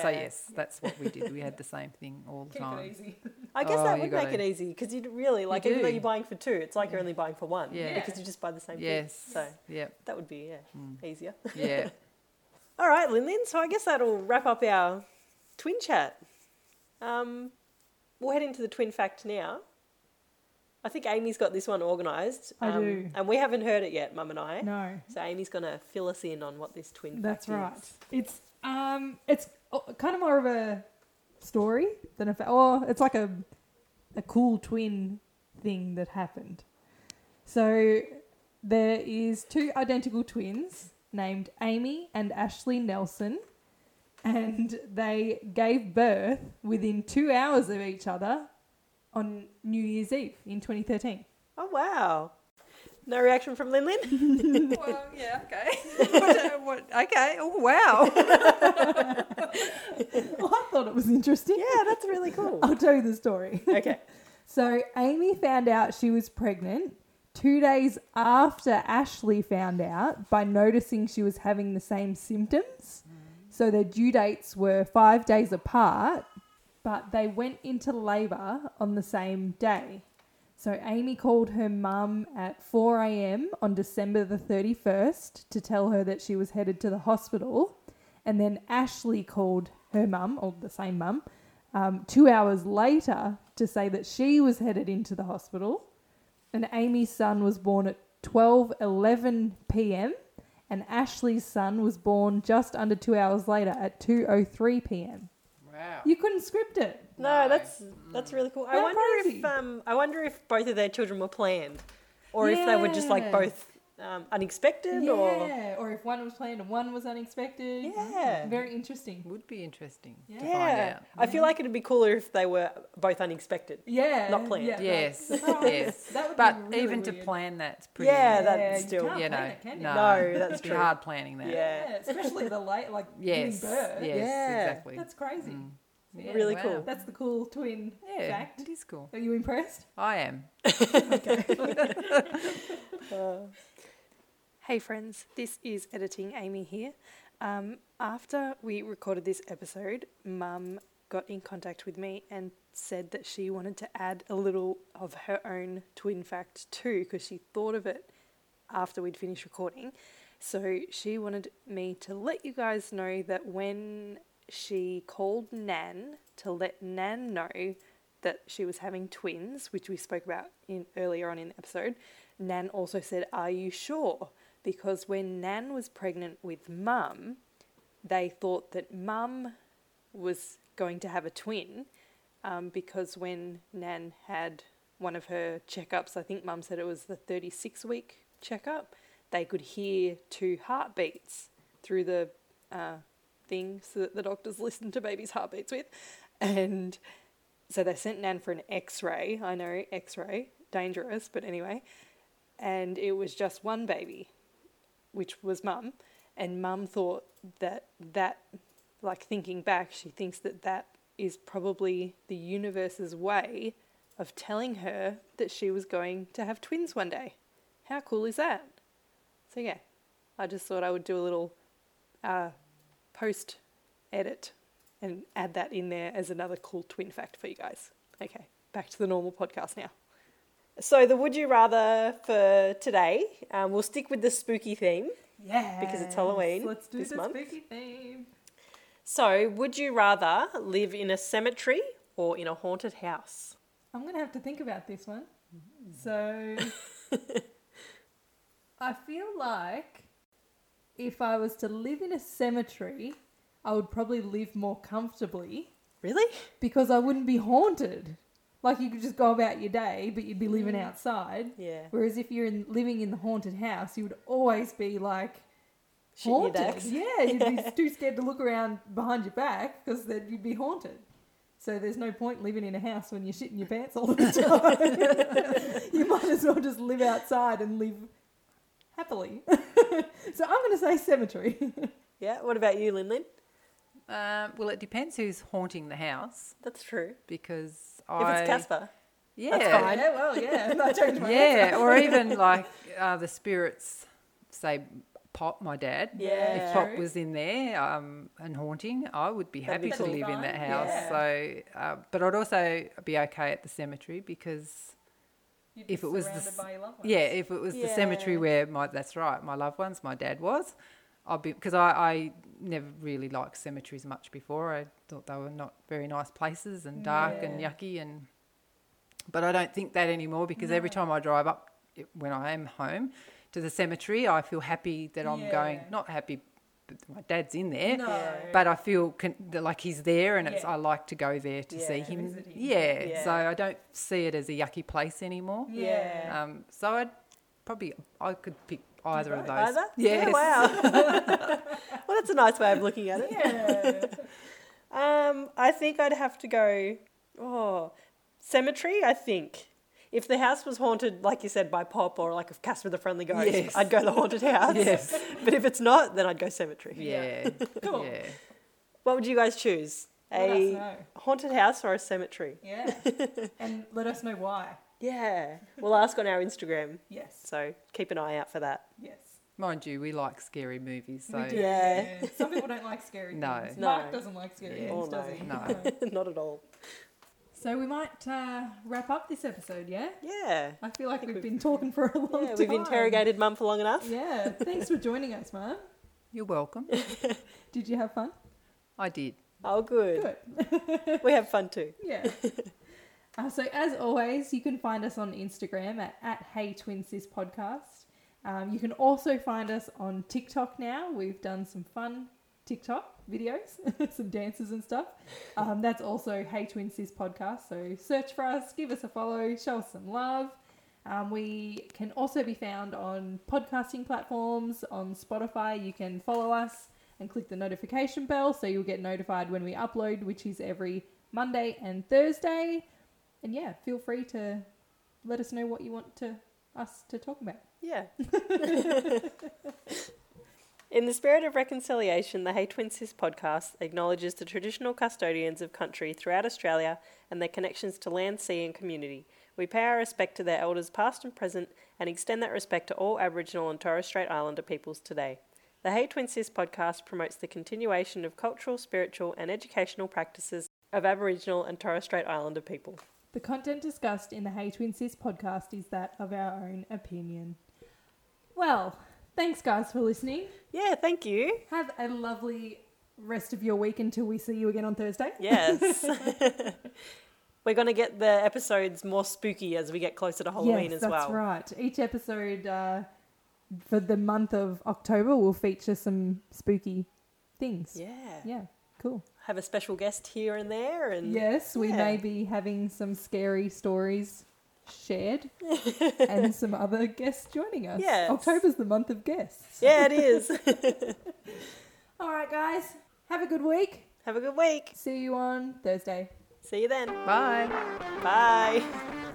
[SPEAKER 3] same.
[SPEAKER 1] Yeah.
[SPEAKER 3] So yes, that's what we did. We had the same thing all the
[SPEAKER 5] Keep
[SPEAKER 3] time.
[SPEAKER 5] it easy.
[SPEAKER 1] I guess
[SPEAKER 3] Oh,
[SPEAKER 1] that
[SPEAKER 3] you
[SPEAKER 1] would make
[SPEAKER 3] gotta-
[SPEAKER 1] it easy because you'd really like, even
[SPEAKER 3] do.
[SPEAKER 1] though you're buying for two, it's like you're only buying for one
[SPEAKER 3] Yeah.
[SPEAKER 1] because you just buy the same
[SPEAKER 3] Yes.
[SPEAKER 1] thing. So
[SPEAKER 3] Yep.
[SPEAKER 1] that would be yeah
[SPEAKER 3] Mm.
[SPEAKER 1] easier.
[SPEAKER 3] Yeah.
[SPEAKER 1] All right, Lin Lin. So I guess that'll wrap up our twin chat. Um, we'll head into the twin fact now. I think Amy's got this one organised.
[SPEAKER 2] I
[SPEAKER 1] um,
[SPEAKER 2] do.
[SPEAKER 1] And we haven't heard it yet, Mum and I.
[SPEAKER 2] No.
[SPEAKER 1] So Amy's going to fill us in on what this twin
[SPEAKER 2] That's
[SPEAKER 1] fact
[SPEAKER 2] right.
[SPEAKER 1] is.
[SPEAKER 2] It's um, it's o- kind of more of a story than a fa- or it's like a a cool twin thing that happened. So there is two identical twins named Amy and Ashley Nelson, and they gave birth within two hours of each other on New Year's Eve in 2013.
[SPEAKER 1] Oh, wow. No reaction from Lin Lin?
[SPEAKER 3] well, yeah, okay. What, uh, what- okay. Oh, wow.
[SPEAKER 2] Well, I thought it was interesting.
[SPEAKER 1] yeah, that's really cool.
[SPEAKER 2] I'll tell you the story.
[SPEAKER 1] Okay.
[SPEAKER 2] So Amy found out she was pregnant two days after Ashley found out by noticing she was having the same symptoms. So their due dates were five days apart, but they went into labour on the same day. So Amy called her mum at 4 a.m. on December the 31st to tell her that she was headed to the hospital. And then Ashley called her mum, or the same mum, um, two hours later to say that she was headed into the hospital. And Amy's son was born at 12:11 p.m. and Ashley's son was born just under 2 hours later at 2:03 p.m.
[SPEAKER 3] Wow.
[SPEAKER 2] You couldn't script it.
[SPEAKER 1] No, that's that's really cool. I
[SPEAKER 2] How
[SPEAKER 1] wonder
[SPEAKER 2] crazy.
[SPEAKER 1] if um, I wonder if both of their children were planned, or if they were just like
[SPEAKER 2] Yeah.
[SPEAKER 1] both um, unexpected, or
[SPEAKER 2] Yeah, or if one was planned and one was unexpected.
[SPEAKER 1] Yeah.
[SPEAKER 2] Very interesting.
[SPEAKER 3] Would be interesting to find
[SPEAKER 1] yeah.
[SPEAKER 3] out.
[SPEAKER 1] I feel like it'd be cooler if they were both unexpected.
[SPEAKER 2] Yeah.
[SPEAKER 1] Not planned.
[SPEAKER 2] Yeah.
[SPEAKER 3] Yes.
[SPEAKER 2] Surprise.
[SPEAKER 3] yes.
[SPEAKER 2] That would
[SPEAKER 3] But
[SPEAKER 2] be really
[SPEAKER 3] even to
[SPEAKER 2] weird.
[SPEAKER 3] plan that's pretty.
[SPEAKER 1] Yeah,
[SPEAKER 2] Yeah,
[SPEAKER 1] that's
[SPEAKER 2] you
[SPEAKER 1] still
[SPEAKER 2] can't.
[SPEAKER 3] You know,
[SPEAKER 2] plan it, can you?
[SPEAKER 3] no,
[SPEAKER 1] No, that's
[SPEAKER 3] it'd be
[SPEAKER 1] true.
[SPEAKER 3] hard planning that.
[SPEAKER 1] yeah.
[SPEAKER 5] Yeah, especially the late like
[SPEAKER 3] Yes.
[SPEAKER 5] giving birth.
[SPEAKER 3] Yes.
[SPEAKER 1] Yeah.
[SPEAKER 3] Exactly.
[SPEAKER 5] That's crazy.
[SPEAKER 3] Mm.
[SPEAKER 5] Yeah,
[SPEAKER 1] Really
[SPEAKER 3] wow.
[SPEAKER 1] cool.
[SPEAKER 5] That's the cool twin
[SPEAKER 3] Yeah.
[SPEAKER 5] fact.
[SPEAKER 3] It is cool.
[SPEAKER 5] Are you impressed?
[SPEAKER 3] I am.
[SPEAKER 1] Uh,
[SPEAKER 6] Hey friends, this is editing Amy here. Um, after we recorded this episode, Mum got in contact with me and said that she wanted to add a little of her own twin fact too because she thought of it after we'd finished recording. So she wanted me to let you guys know that when she called Nan to let Nan know that she was having twins, which we spoke about in earlier on in the episode, Nan also said, "Are you sure?" Because when Nan was pregnant with Mum, they thought that Mum was going to have a twin, um, because when Nan had one of her checkups, I think Mum said it was the 36 week checkup, they could hear two heartbeats through the uh, thing so that the doctors listened to babies' heartbeats with. And so they sent Nan for an x ray. I know, x ray, dangerous, but anyway. And it was just one baby, which was mum. And mum thought that that, like thinking back, she thinks that that is probably the universe's way of telling her that she was going to have twins one day. How cool is that? So, yeah, I just thought I would do a little uh, post edit and add that in there as another cool twin fact for you guys. Okay, back to the normal podcast now.
[SPEAKER 1] so the would you rather for today, um, we'll stick with the spooky theme.
[SPEAKER 5] Yeah.
[SPEAKER 1] Halloween
[SPEAKER 5] Let's do
[SPEAKER 1] this
[SPEAKER 5] the
[SPEAKER 1] month.
[SPEAKER 5] spooky theme.
[SPEAKER 1] So, would you rather live in a cemetery or in a haunted house?
[SPEAKER 5] I'm gonna have to think about this one. So I feel like
[SPEAKER 2] If I was to live in a cemetery, I would probably live more comfortably
[SPEAKER 1] Really?
[SPEAKER 2] because I wouldn't be haunted. Like you could just go about your day, but you'd be living
[SPEAKER 1] Mm.
[SPEAKER 2] outside.
[SPEAKER 1] Yeah.
[SPEAKER 2] Whereas if you're in, living in the haunted house, you would always be like
[SPEAKER 1] Shit your
[SPEAKER 2] haunted.
[SPEAKER 1] dacks.
[SPEAKER 2] Yeah, you'd be too scared to look around behind your back because then you'd be haunted. So there's no point living in a house when you're shitting your pants all the time. you might as well just live outside and live happily. so I'm going to say cemetery.
[SPEAKER 1] Yeah. What about you, Lin Lin?
[SPEAKER 3] Um, well, it depends who's haunting the house
[SPEAKER 1] That's true.
[SPEAKER 3] because I.
[SPEAKER 1] If it's Casper.
[SPEAKER 3] yeah,
[SPEAKER 1] fine.
[SPEAKER 2] yeah, well, yeah. I changed my
[SPEAKER 3] yeah, or even like uh, the spirits, say Pop, my dad.
[SPEAKER 1] Yeah.
[SPEAKER 3] If Pop was in there um, and haunting, I would be
[SPEAKER 1] That'd
[SPEAKER 3] happy
[SPEAKER 1] be
[SPEAKER 3] to
[SPEAKER 1] cool.
[SPEAKER 3] live in that
[SPEAKER 2] Fine,
[SPEAKER 3] house.
[SPEAKER 2] yeah.
[SPEAKER 3] So, uh, but I'd also be okay at the cemetery because
[SPEAKER 2] You'd be
[SPEAKER 3] if it was the
[SPEAKER 2] surrounded
[SPEAKER 3] s-
[SPEAKER 2] by your loved ones.
[SPEAKER 3] Yeah, if it was the cemetery
[SPEAKER 1] Yeah.
[SPEAKER 3] where my that's right, my loved ones, my dad was, I'll be because I, I never really liked cemeteries much before. I thought they were not very nice places and dark and
[SPEAKER 2] Yeah.
[SPEAKER 3] yucky and. But I don't think that anymore because every
[SPEAKER 2] No.
[SPEAKER 3] time I drive up it- when I am home to the cemetery, I feel happy that I'm going.
[SPEAKER 2] Yeah.
[SPEAKER 3] Not happy, but my dad's in there.
[SPEAKER 2] No.
[SPEAKER 1] Yeah.
[SPEAKER 3] But I feel con- that, like he's there, and it's
[SPEAKER 2] Yeah.
[SPEAKER 3] I like to go there to see
[SPEAKER 1] Yeah.
[SPEAKER 3] him.
[SPEAKER 2] Visit him.
[SPEAKER 3] Yeah.
[SPEAKER 1] Yeah.
[SPEAKER 3] so I don't see it as a yucky place anymore.
[SPEAKER 2] yeah.
[SPEAKER 3] Um, so I'd probably I could pick either of
[SPEAKER 2] both.
[SPEAKER 3] those.
[SPEAKER 1] Either?
[SPEAKER 3] Yes.
[SPEAKER 1] Yeah, wow. well, that's a nice way of looking at it.
[SPEAKER 2] Yeah.
[SPEAKER 1] Um, I think I'd have to go. Oh, cemetery. I think if the house was haunted, like you said, by Pop or like if Casper the Friendly Ghost,
[SPEAKER 3] Yes.
[SPEAKER 1] I'd go the haunted house.
[SPEAKER 3] Yes.
[SPEAKER 1] But if it's not, then I'd go cemetery.
[SPEAKER 3] Yeah.
[SPEAKER 2] Cool.
[SPEAKER 3] Yeah.
[SPEAKER 1] What would you guys choose?
[SPEAKER 2] Let us
[SPEAKER 1] A
[SPEAKER 2] know.
[SPEAKER 1] haunted house or a cemetery?
[SPEAKER 2] Yeah. and let us know why.
[SPEAKER 1] Yeah. We'll ask on our Instagram.
[SPEAKER 2] Yes.
[SPEAKER 1] So keep an eye out for that.
[SPEAKER 2] Yes.
[SPEAKER 3] Mind you, we like scary movies, so
[SPEAKER 2] we do.
[SPEAKER 1] Yeah.
[SPEAKER 2] yeah. Some people don't like scary
[SPEAKER 3] No.
[SPEAKER 2] things.
[SPEAKER 1] No.
[SPEAKER 2] Mark doesn't like scary
[SPEAKER 3] Yeah.
[SPEAKER 2] things,
[SPEAKER 1] Oh,
[SPEAKER 2] does he?
[SPEAKER 3] no.
[SPEAKER 1] not at all.
[SPEAKER 2] So we might uh, wrap up this episode, yeah?
[SPEAKER 1] Yeah.
[SPEAKER 2] I feel like
[SPEAKER 1] think
[SPEAKER 2] we've,
[SPEAKER 1] we've-
[SPEAKER 2] been talking for a long
[SPEAKER 1] Yeah,
[SPEAKER 2] time.
[SPEAKER 1] we've interrogated Mum for long enough.
[SPEAKER 2] Yeah. Thanks for joining us, Mum.
[SPEAKER 3] you're welcome.
[SPEAKER 2] Did you have fun?
[SPEAKER 3] I did.
[SPEAKER 1] Oh, good.
[SPEAKER 2] Good.
[SPEAKER 1] We have fun too.
[SPEAKER 2] Yeah. uh, so as always, you can find us on Instagram at, at Hey Twin Sis Podcast. Um, you can also find us on TikTok now. We've done some fun TikTok videos, some dances and stuff. Um, that's also Hey Twin Sis Podcast. So search for us, give us a follow, show us some love. Um, we can also be found on podcasting platforms, on Spotify. You can follow us and click the notification bell so you'll get notified when we upload, which is every Monday and Thursday. And yeah, feel free to let us know what you want to us to talk about.
[SPEAKER 1] Yeah. In the spirit of reconciliation, the Hey Twin Sis podcast acknowledges the traditional custodians of country throughout Australia and their connections to land, sea, and community. We pay our respect to their elders, past and present, and extend that respect to all Aboriginal and Torres Strait Islander peoples today. The Hey Twin Sis podcast promotes the continuation of cultural, spiritual, and educational practices of Aboriginal and Torres Strait Islander people.
[SPEAKER 2] The content discussed in the Hey Twin Sis podcast is that of our own opinion. Well, thanks guys for listening.
[SPEAKER 1] Yeah, thank you.
[SPEAKER 2] Have a lovely rest of your week until we see you again on Thursday.
[SPEAKER 1] Yes. We're going to get the episodes more spooky as we get closer to Halloween
[SPEAKER 2] yes,
[SPEAKER 1] as
[SPEAKER 2] that's
[SPEAKER 1] well.
[SPEAKER 2] right. Each episode uh, for the month of October will feature some spooky things.
[SPEAKER 1] Yeah.
[SPEAKER 2] Yeah, cool.
[SPEAKER 1] Have a special guest here and there and
[SPEAKER 2] Yes, we
[SPEAKER 1] Yeah.
[SPEAKER 2] may be having some scary stories shared and some other guests joining us.
[SPEAKER 1] Yes.
[SPEAKER 2] October's the month of guests.
[SPEAKER 1] Yeah, it is.
[SPEAKER 2] All right, guys, have a good week.
[SPEAKER 1] Have a good week.
[SPEAKER 2] See you on Thursday.
[SPEAKER 1] See you then.
[SPEAKER 3] Bye.
[SPEAKER 1] Bye.